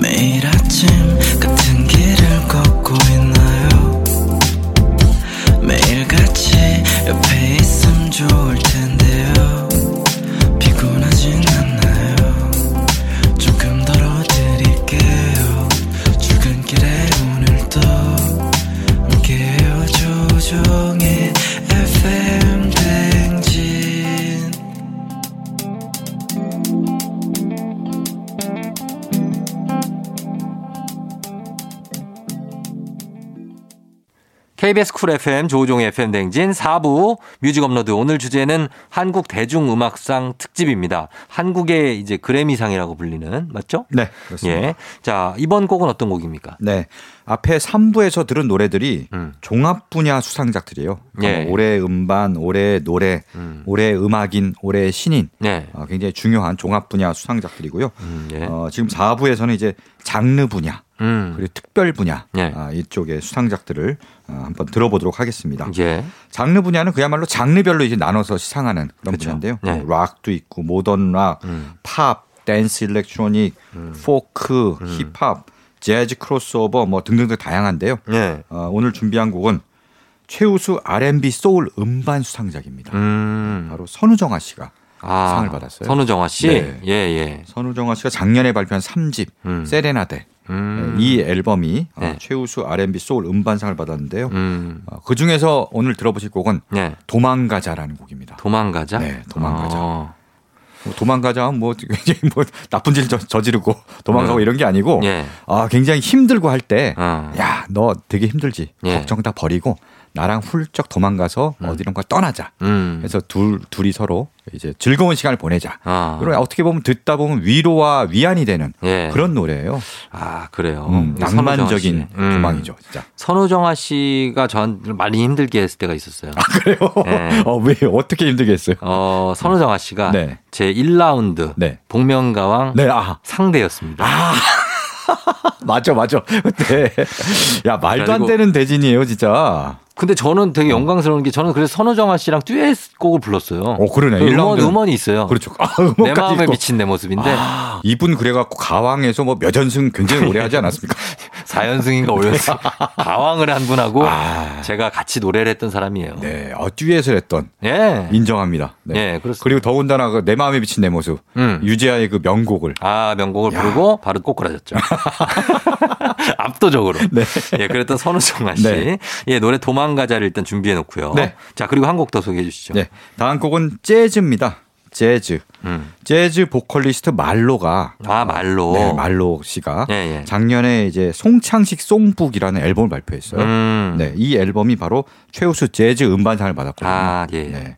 Speaker 5: 매일 아침 같은 길을 걷고 있나요 매일 같이 옆에 있음 좋을 텐데요 피곤하진 않나요 조금 덜어드릴게요 출근길에 오늘도 함께해요 조종의 FM 댕진
Speaker 1: KBS 쿨 FM 조우종의 FM 댕진 4부 뮤직 업로드 오늘 주제는 한국 대중음악상 특집입니다. 한국의 이제 그래미상이라고 불리는 맞죠?
Speaker 7: 네, 그렇습니다.
Speaker 1: 예. 자, 이번 곡은 어떤 곡입니까?
Speaker 7: 네. 앞에 3부에서 들은 노래들이
Speaker 1: 음.
Speaker 7: 종합 분야 수상작들이에요.
Speaker 1: 예.
Speaker 7: 어, 올해 음반, 올해 노래,
Speaker 1: 음.
Speaker 7: 올해 음악인, 올해 신인.
Speaker 1: 네.
Speaker 7: 어, 굉장히 중요한 종합 분야 수상작들이고요.
Speaker 1: 음, 예.
Speaker 7: 어, 지금 4부에서는 이제 장르 분야
Speaker 1: 음.
Speaker 7: 그리고 특별 분야
Speaker 1: 예.
Speaker 7: 아, 이쪽의 수상작들을 어, 한번 들어보도록 하겠습니다.
Speaker 1: 예.
Speaker 7: 장르 분야는 그야말로 장르별로 이제 나눠서 시상하는 그런
Speaker 1: 그쵸.
Speaker 7: 분야인데요.
Speaker 1: 예.
Speaker 7: 뭐 락도 있고 모던 락,
Speaker 1: 음.
Speaker 7: 팝, 댄스 일렉트로닉, 포크,
Speaker 1: 음.
Speaker 7: 힙합, 재즈 크로스오버 뭐 등등등 다양한데요.
Speaker 1: 예.
Speaker 7: 어, 오늘 준비한 곡은 최우수 R&B 소울 음반 수상작입니다.
Speaker 1: 음.
Speaker 7: 바로 선우정아 씨가
Speaker 1: 아,
Speaker 7: 상을 받았어요.
Speaker 1: 선우정아 씨.
Speaker 7: 네.
Speaker 1: 예, 예.
Speaker 7: 선우정아 씨가 작년에 발표한 3집
Speaker 1: 음.
Speaker 7: 세레나데
Speaker 1: 음.
Speaker 7: 네, 이 앨범이 어,
Speaker 1: 네.
Speaker 7: 최우수 R&B 소울 음반상을 받았는데요.
Speaker 1: 음.
Speaker 7: 그 중에서 오늘 들어보실 곡은
Speaker 1: 예.
Speaker 7: 도망가자라는 곡입니다.
Speaker 1: 도망가자.
Speaker 7: 네, 도망가자.
Speaker 1: 어.
Speaker 7: 뭐 도망가자 하면 뭐 [LAUGHS] 굉장히 뭐 나쁜 짓을 저- 저지르고 도망가고
Speaker 1: 네.
Speaker 7: 이런 게 아니고
Speaker 1: 예.
Speaker 7: 아 굉장히 힘들고 할 때
Speaker 1: 어.
Speaker 7: 야 너 되게 힘들지
Speaker 1: 예.
Speaker 7: 걱정 다 버리고 나랑 훌쩍 도망가서
Speaker 1: 음.
Speaker 7: 어디론가 떠나자.
Speaker 1: 음.
Speaker 7: 그래서 둘 둘이 서로 이제 즐거운 시간을 보내자.
Speaker 1: 아.
Speaker 7: 그런 어떻게 보면 듣다 보면 위로와 위안이 되는
Speaker 1: 예.
Speaker 7: 그런 노래예요.
Speaker 1: 아, 그래요.
Speaker 7: 음, 낭만적인
Speaker 1: 선우정아 씨. 음.
Speaker 7: 조망이죠, 진짜.
Speaker 1: 선우정아 씨가 저한테 많이 힘들게 했을 때가 있었어요.
Speaker 7: 그래요?
Speaker 1: 네.
Speaker 7: [LAUGHS] 어, 왜 어떻게 힘들게 했어요?
Speaker 1: 어, 선우정아 씨가
Speaker 7: 네.
Speaker 1: 제 1라운드
Speaker 7: 네.
Speaker 1: 복면가왕
Speaker 7: 네, 아,
Speaker 1: 상대였습니다.
Speaker 7: 맞아, 맞아. [LAUGHS] 네. 야, 말도 안
Speaker 1: 그래가지고-
Speaker 7: 되는 대진이에요, 진짜.
Speaker 1: 근데 저는 되게 영광스러운 게 저는 그래서 선우정아 씨랑 듀엣곡을 불렀어요.
Speaker 7: 어, 그러네.
Speaker 1: 그 음원,
Speaker 7: 1라운드.
Speaker 1: 음원이 있어요.
Speaker 7: 그렇죠. [LAUGHS] 아,
Speaker 1: 내
Speaker 7: 음원까지 아.
Speaker 1: 마음에
Speaker 7: 있고.
Speaker 1: 미친 내 모습인데
Speaker 7: 이분 그래갖고 가왕에서 뭐 몇 연승
Speaker 1: [LAUGHS] 네.
Speaker 7: 굉장히 오래 하지 않았습니까?
Speaker 1: 4연승인가
Speaker 7: [LAUGHS]
Speaker 1: 올렸어요. 가왕을 한 분하고
Speaker 7: 아.
Speaker 1: 제가 같이 노래를 했던 사람이에요.
Speaker 7: 네, 어, 듀엣을 했던.
Speaker 1: 예.
Speaker 7: 인정합니다. 네.
Speaker 1: 예, 그렇습니다.
Speaker 7: 그리고 더군다나 그 내 마음에 비친 내 모습.
Speaker 1: 음.
Speaker 7: 유재하의 그 명곡을.
Speaker 1: 아, 명곡을 부르고 바로
Speaker 7: [LAUGHS]
Speaker 1: 꼬꾸라졌죠. 압도적으로. 예, 그랬던 선우정아 씨.
Speaker 7: 네.
Speaker 1: 예, 노래 도망가자를 일단 준비해 놓고요.
Speaker 7: 네.
Speaker 1: 자, 그리고 한 곡 더 소개해 주시죠.
Speaker 7: 네. 다음 곡은 재즈입니다. 재즈.
Speaker 1: 음.
Speaker 7: 재즈 보컬리스트 말로가
Speaker 1: 아, 말로.
Speaker 7: 네, 말로 씨가
Speaker 1: 예, 예.
Speaker 7: 작년에 이제 송창식 송북이라는 앨범을 발표했어요.
Speaker 1: 음.
Speaker 7: 네, 이 앨범이 바로 최우수 재즈 음반상을 받았거든요.
Speaker 1: 아, 예.
Speaker 7: 네.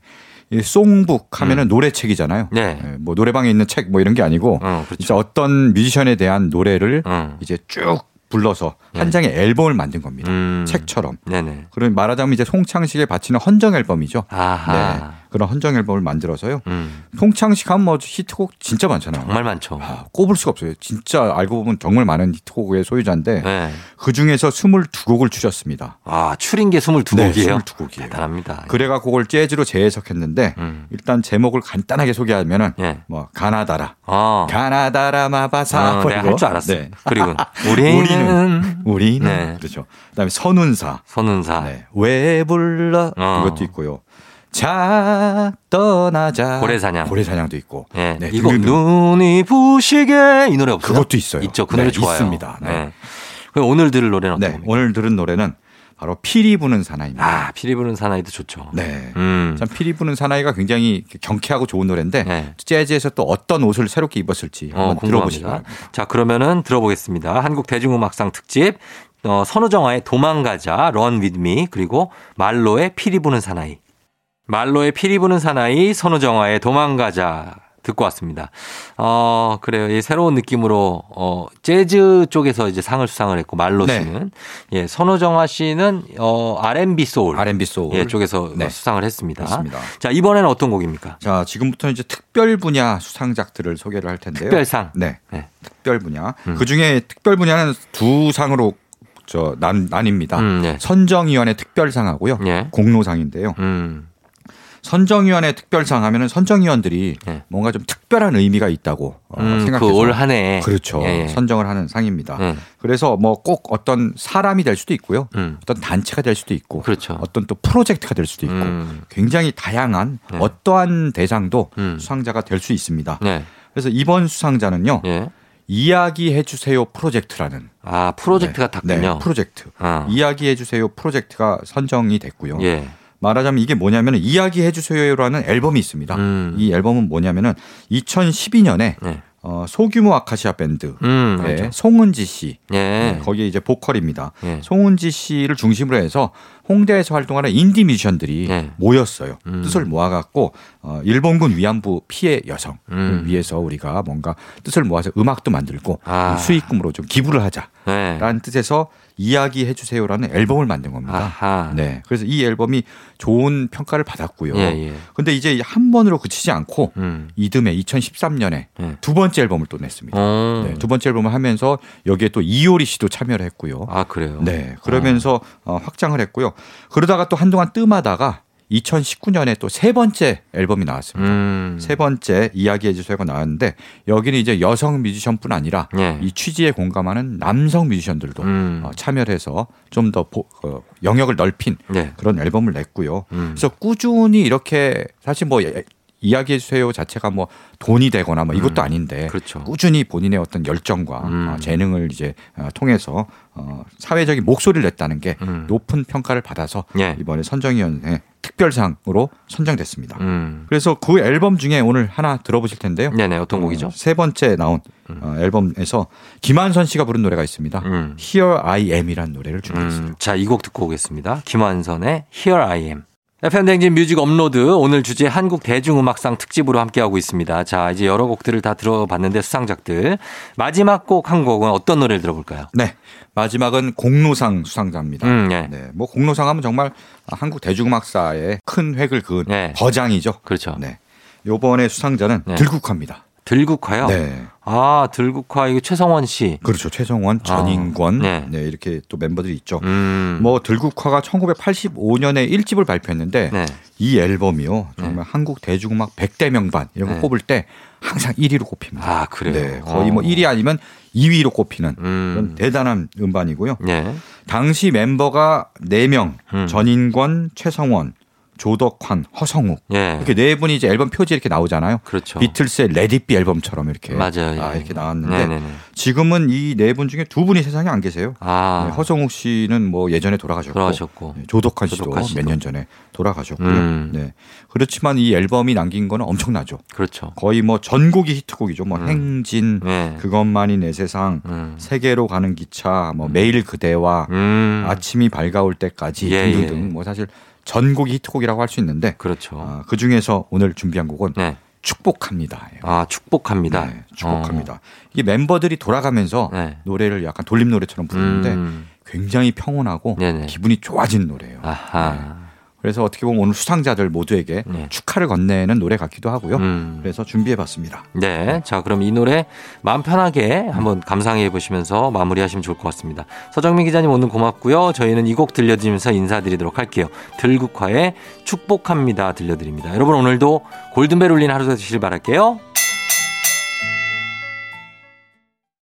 Speaker 7: 이 송북 하면은 노래책이잖아요.
Speaker 1: 네.
Speaker 7: 뭐 노래방에 있는 책 뭐 이런 게 아니고
Speaker 1: 어, 그렇죠.
Speaker 7: 진짜 어떤 뮤지션에 대한 노래를
Speaker 1: 음.
Speaker 7: 이제 쭉 불러서 한 장의 앨범을 만든 겁니다.
Speaker 1: 음.
Speaker 7: 책처럼.
Speaker 1: 네네.
Speaker 7: 그런 말하자면 이제 송창식에 바치는 헌정 앨범이죠.
Speaker 1: 아하.
Speaker 7: 네. 그런 헌정 앨범을 만들어서요.
Speaker 1: 음.
Speaker 7: 송창식 하면 뭐 히트곡 진짜 많잖아요.
Speaker 1: 정말 많죠.
Speaker 7: 아, 꼽을 수가 없어요. 진짜 알고 보면 정말 많은 히트곡의 소유자인데
Speaker 1: 네.
Speaker 7: 그 중에서 22곡을 추셨습니다.
Speaker 1: 아, 추린 게 22곡이에요.
Speaker 7: 네, 22곡이에요.
Speaker 1: 대단합니다.
Speaker 7: 그래가 그걸 재즈로 재해석했는데
Speaker 1: 음.
Speaker 7: 일단 제목을 간단하게 소개하면은
Speaker 1: 예.
Speaker 7: 뭐 가나다라,
Speaker 1: 어.
Speaker 7: 가나다라 마바사
Speaker 1: 어,
Speaker 7: 뭐
Speaker 1: 내가
Speaker 7: 이거.
Speaker 1: 할 줄 알았어.
Speaker 7: 네. [LAUGHS]
Speaker 1: 그리고 우리는,
Speaker 7: 우리는. 우리는
Speaker 1: 네.
Speaker 7: 그렇죠. 그다음에 선운사,
Speaker 1: 선운사.
Speaker 7: 네. 왜 불러
Speaker 1: 어.
Speaker 7: 이것도 있고요. 자 떠나자
Speaker 1: 고래사냥.
Speaker 7: 고래사냥도 있고
Speaker 1: 예.
Speaker 7: 네,
Speaker 1: 이거
Speaker 7: 등등.
Speaker 1: 눈이 부시게 이 노래 없어요?
Speaker 7: 그것도 있어요.
Speaker 1: 있죠. 그
Speaker 7: 네,
Speaker 1: 노래 좋아요.
Speaker 7: 있습니다. 네.
Speaker 1: 그럼 오늘 들을 노래는 어떤
Speaker 7: 네,
Speaker 1: 겁니까?
Speaker 7: 오늘 들은 노래는 바로 피리 부는 사나이입니다.
Speaker 1: 아, 피리 부는 사나이도 좋죠.
Speaker 7: 네.
Speaker 1: 음.
Speaker 7: 참 피리 부는 사나이가 굉장히 경쾌하고 좋은 노래인데
Speaker 1: 네.
Speaker 7: 재즈에서 또 어떤 옷을 새롭게 입었을지
Speaker 1: 어,
Speaker 7: 한번 들어보시기
Speaker 1: 궁금합니다.
Speaker 7: 바랍니다.
Speaker 1: 자, 그러면은 들어보겠습니다. 한국 대중음악상 특집 어, 선우정아의 도망가자, 런 위드미 그리고 말로의 피리 부는 사나이. 말로의 피리 부는 사나이, 선우정아의 도망가자 듣고 왔습니다. 어, 그래요. 이 새로운 느낌으로 어, 재즈 쪽에서 이제 상을 수상을 했고 말로
Speaker 7: 네.
Speaker 1: 씨는 예, 선우정아 씨는 어, R&B 소울
Speaker 7: R&B 소울.
Speaker 1: 예, 쪽에서
Speaker 7: 네.
Speaker 1: 수상을 했습니다.
Speaker 7: 그렇습니다.
Speaker 1: 자, 이번에는 어떤 곡입니까?
Speaker 7: 자, 지금부터는 이제 특별 분야 수상작들을 소개를 할 텐데요.
Speaker 1: 특별상.
Speaker 7: 네.
Speaker 1: 네.
Speaker 7: 특별 분야. 그 중에 특별 분야는 두 상으로 저 난, 나뉩니다.
Speaker 1: 음, 네.
Speaker 7: 선정위원회 특별상하고요.
Speaker 1: 예.
Speaker 7: 공로상인데요.
Speaker 1: 음.
Speaker 7: 선정위원회 특별상 하면은 선정위원들이
Speaker 1: 네.
Speaker 7: 뭔가 좀 특별한 의미가 있다고 어, 생각해서
Speaker 1: 그 올 한해 예,
Speaker 7: 그렇죠. 선정을 하는 상입니다.
Speaker 1: 음.
Speaker 7: 그래서 뭐 꼭 어떤 사람이 될 수도 있고요.
Speaker 1: 음.
Speaker 7: 어떤 단체가 될 수도 있고
Speaker 1: 그렇죠.
Speaker 7: 어떤 또 프로젝트가 될 수도 있고
Speaker 1: 음.
Speaker 7: 굉장히 다양한
Speaker 1: 네.
Speaker 7: 어떠한 대상도
Speaker 1: 음.
Speaker 7: 수상자가 될 수 있습니다.
Speaker 1: 네.
Speaker 7: 그래서 이번 수상자는요.
Speaker 1: 예.
Speaker 7: 이야기해 주세요 프로젝트라는
Speaker 1: 아 프로젝트가 닿
Speaker 7: 네,
Speaker 1: 았군요
Speaker 7: 프로젝트.
Speaker 1: 아.
Speaker 7: 이야기해 주세요 프로젝트가 선정이 됐고요.
Speaker 1: 예.
Speaker 7: 말하자면 이게 뭐냐면 이야기해 주세요라는 앨범이 있습니다.
Speaker 1: 음.
Speaker 7: 이 앨범은 뭐냐면은 2012년에 어,
Speaker 1: 네.
Speaker 7: 소규모 아카시아 밴드
Speaker 1: 음.
Speaker 7: 네,
Speaker 1: 알죠.
Speaker 7: 송은지 씨.
Speaker 1: 예.
Speaker 7: 네, 거기에 이제 보컬입니다.
Speaker 1: 예.
Speaker 7: 송은지 씨를 중심으로 해서 홍대에서 활동하는 인디 뮤지션들이
Speaker 1: 예.
Speaker 7: 모였어요.
Speaker 1: 음.
Speaker 7: 뜻을 모아갖고 어, 일본군 위안부 피해 여성을
Speaker 1: 음.
Speaker 7: 위해서 우리가 뭔가 뜻을 모아서 음악도 만들고
Speaker 1: 아.
Speaker 7: 수익금으로 좀 기부를 하자라는
Speaker 1: 네.
Speaker 7: 뜻에서 이야기해 주세요라는 앨범을 만든 겁니다.
Speaker 1: 아하.
Speaker 7: 네, 그래서 이 앨범이 좋은 평가를 받았고요.
Speaker 1: 예, 예.
Speaker 7: 근데 이제 한 번으로 그치지 않고
Speaker 1: 음.
Speaker 7: 이듬해 2013년에
Speaker 1: 예.
Speaker 7: 두 번째 앨범을 또 냈습니다.
Speaker 1: 어.
Speaker 7: 네, 두 번째 앨범을 하면서 여기에 또 이효리 씨도 참여를 했고요.
Speaker 1: 아 그래요. 아.
Speaker 7: 네, 그러면서 어, 확장을 했고요. 그러다가 또 한동안 뜸하다가 2019년에 또 세 번째 앨범이 나왔습니다.
Speaker 1: 음.
Speaker 7: 세 번째 이야기해 주세요가 나왔는데 여기는 이제 여성 뮤지션뿐 아니라
Speaker 1: 예.
Speaker 7: 이 취지에 공감하는 남성 뮤지션들도
Speaker 1: 음.
Speaker 7: 어, 참여를 해서 좀 더 어, 영역을 넓힌
Speaker 1: 네.
Speaker 7: 그런 앨범을 냈고요.
Speaker 1: 음.
Speaker 7: 그래서 꾸준히 이렇게 사실 뭐 예- 이야기해 주세요 자체가 뭐 돈이 되거나 뭐 이것도 아닌데
Speaker 1: 그렇죠.
Speaker 7: 꾸준히 본인의 어떤 열정과
Speaker 1: 음.
Speaker 7: 어, 재능을 이제 어, 통해서 어, 사회적인 목소리를 냈다는 게
Speaker 1: 음.
Speaker 7: 높은 평가를 받아서
Speaker 1: 예.
Speaker 7: 이번에 선정위원회 특별상으로 선정됐습니다.
Speaker 1: 음.
Speaker 7: 그래서 그 앨범 중에 오늘 하나 들어보실 텐데요.
Speaker 1: 네네 어떤 곡이죠?
Speaker 7: 어, 세 번째 나온 어, 앨범에서 김한선 씨가 부른 노래가 있습니다.
Speaker 1: 음.
Speaker 7: Here I Am이라는 노래를 준비했습니다.
Speaker 1: 음, 자, 이 곡 듣고 오겠습니다. 김환선의 Here I Am. FM댕진 뮤직 업로드 오늘 주제 한국 대중음악상 특집으로 함께하고 있습니다. 자, 이제 여러 곡들을 다 들어봤는데 수상작들. 마지막 곡 한 곡은 어떤 노래를 들어볼까요?
Speaker 7: 네. 마지막은 공로상 수상자입니다.
Speaker 1: 음, 예.
Speaker 7: 네. 뭐 공로상 하면 정말 한국 대중음악사에 큰 획을 그은
Speaker 1: 네.
Speaker 7: 거장이죠.
Speaker 1: 그렇죠.
Speaker 7: 네. 요번에 수상자는
Speaker 1: 네.
Speaker 7: 들국화입니다.
Speaker 1: 들국화요?
Speaker 7: 네.
Speaker 1: 아, 들국화, 이거 최성원 씨.
Speaker 7: 그렇죠. 최정원, 전인권.
Speaker 1: 네.
Speaker 7: 네. 이렇게 또 멤버들이 있죠.
Speaker 1: 음.
Speaker 7: 뭐 들국화가 1985년에 1집을 발표했는데
Speaker 1: 네.
Speaker 7: 이 앨범이요. 정말 한국 대중음악 100대 명반 이런 거
Speaker 1: 네.
Speaker 7: 꼽을 때 항상 1위로 꼽힙니다.
Speaker 1: 아, 그래요?
Speaker 7: 네, 거의
Speaker 1: 어.
Speaker 7: 뭐 1위 아니면 2위로 꼽히는
Speaker 1: 음.
Speaker 7: 그런 대단한 음반이고요.
Speaker 1: 예.
Speaker 7: 당시 멤버가 4명,
Speaker 1: 음.
Speaker 7: 전인권, 최성원, 조덕환, 허성욱
Speaker 1: 예.
Speaker 7: 이렇게 네 분이 이제 앨범 표지에 이렇게 나오잖아요.
Speaker 1: 그렇죠.
Speaker 7: 비틀스의 레디비 앨범처럼 이렇게
Speaker 1: 맞아요.
Speaker 7: 아,
Speaker 1: 예.
Speaker 7: 이렇게 나왔는데
Speaker 1: 네네네.
Speaker 7: 지금은 이 네 분 중에 두 분이 세상에 안 계세요.
Speaker 1: 아,
Speaker 7: 네, 허성욱 씨는 뭐 예전에 돌아가셨고,
Speaker 1: 돌아가셨고.
Speaker 7: 네, 조덕환 씨도
Speaker 1: 조덕환 씨도.
Speaker 7: 몇 년 전에 돌아가셨고요.
Speaker 1: 음.
Speaker 7: 네. 그렇지만 이 앨범이 남긴 거는 엄청나죠.
Speaker 1: 그렇죠.
Speaker 7: 거의 뭐 전곡이 히트곡이죠. 뭐
Speaker 1: 음.
Speaker 7: 행진,
Speaker 1: 네.
Speaker 7: 그것만이 내 세상,
Speaker 1: 음.
Speaker 7: 세계로 가는 기차, 뭐 매일 그대와
Speaker 1: 음.
Speaker 7: 아침이 밝아올 때까지
Speaker 1: 예,
Speaker 7: 등등등
Speaker 1: 예.
Speaker 7: 뭐 사실 전곡이 히트곡이라고 할 수 있는데
Speaker 1: 그렇죠.
Speaker 7: 그 중에서 오늘 준비한 곡은
Speaker 1: 네.
Speaker 7: 축복합니다. 예.
Speaker 1: 아, 축복합니다.
Speaker 7: 네, 축복합니다. 이게 멤버들이 돌아가면서
Speaker 1: 네.
Speaker 7: 노래를 약간 돌림 노래처럼 부르는데
Speaker 1: 음.
Speaker 7: 굉장히 평온하고
Speaker 1: 네네.
Speaker 7: 기분이 좋아진 노래예요.
Speaker 1: 아하.
Speaker 7: 그래서 어떻게 보면 오늘 수상자들 모두에게
Speaker 1: 네.
Speaker 7: 축하를 건네는 노래 같기도 하고요.
Speaker 1: 음.
Speaker 7: 그래서 준비해봤습니다.
Speaker 1: 네. 자, 그럼 이 노래 마음 편하게 한번 감상해 보시면서 마무리하시면 좋을 것 같습니다. 서정민 기자님 오늘 고맙고요. 저희는 이 곡 들려드리면서 인사드리도록 할게요. 들국화의 축복합니다 들려드립니다. 여러분 오늘도 골든벨 울린 하루 되시길 바랄게요.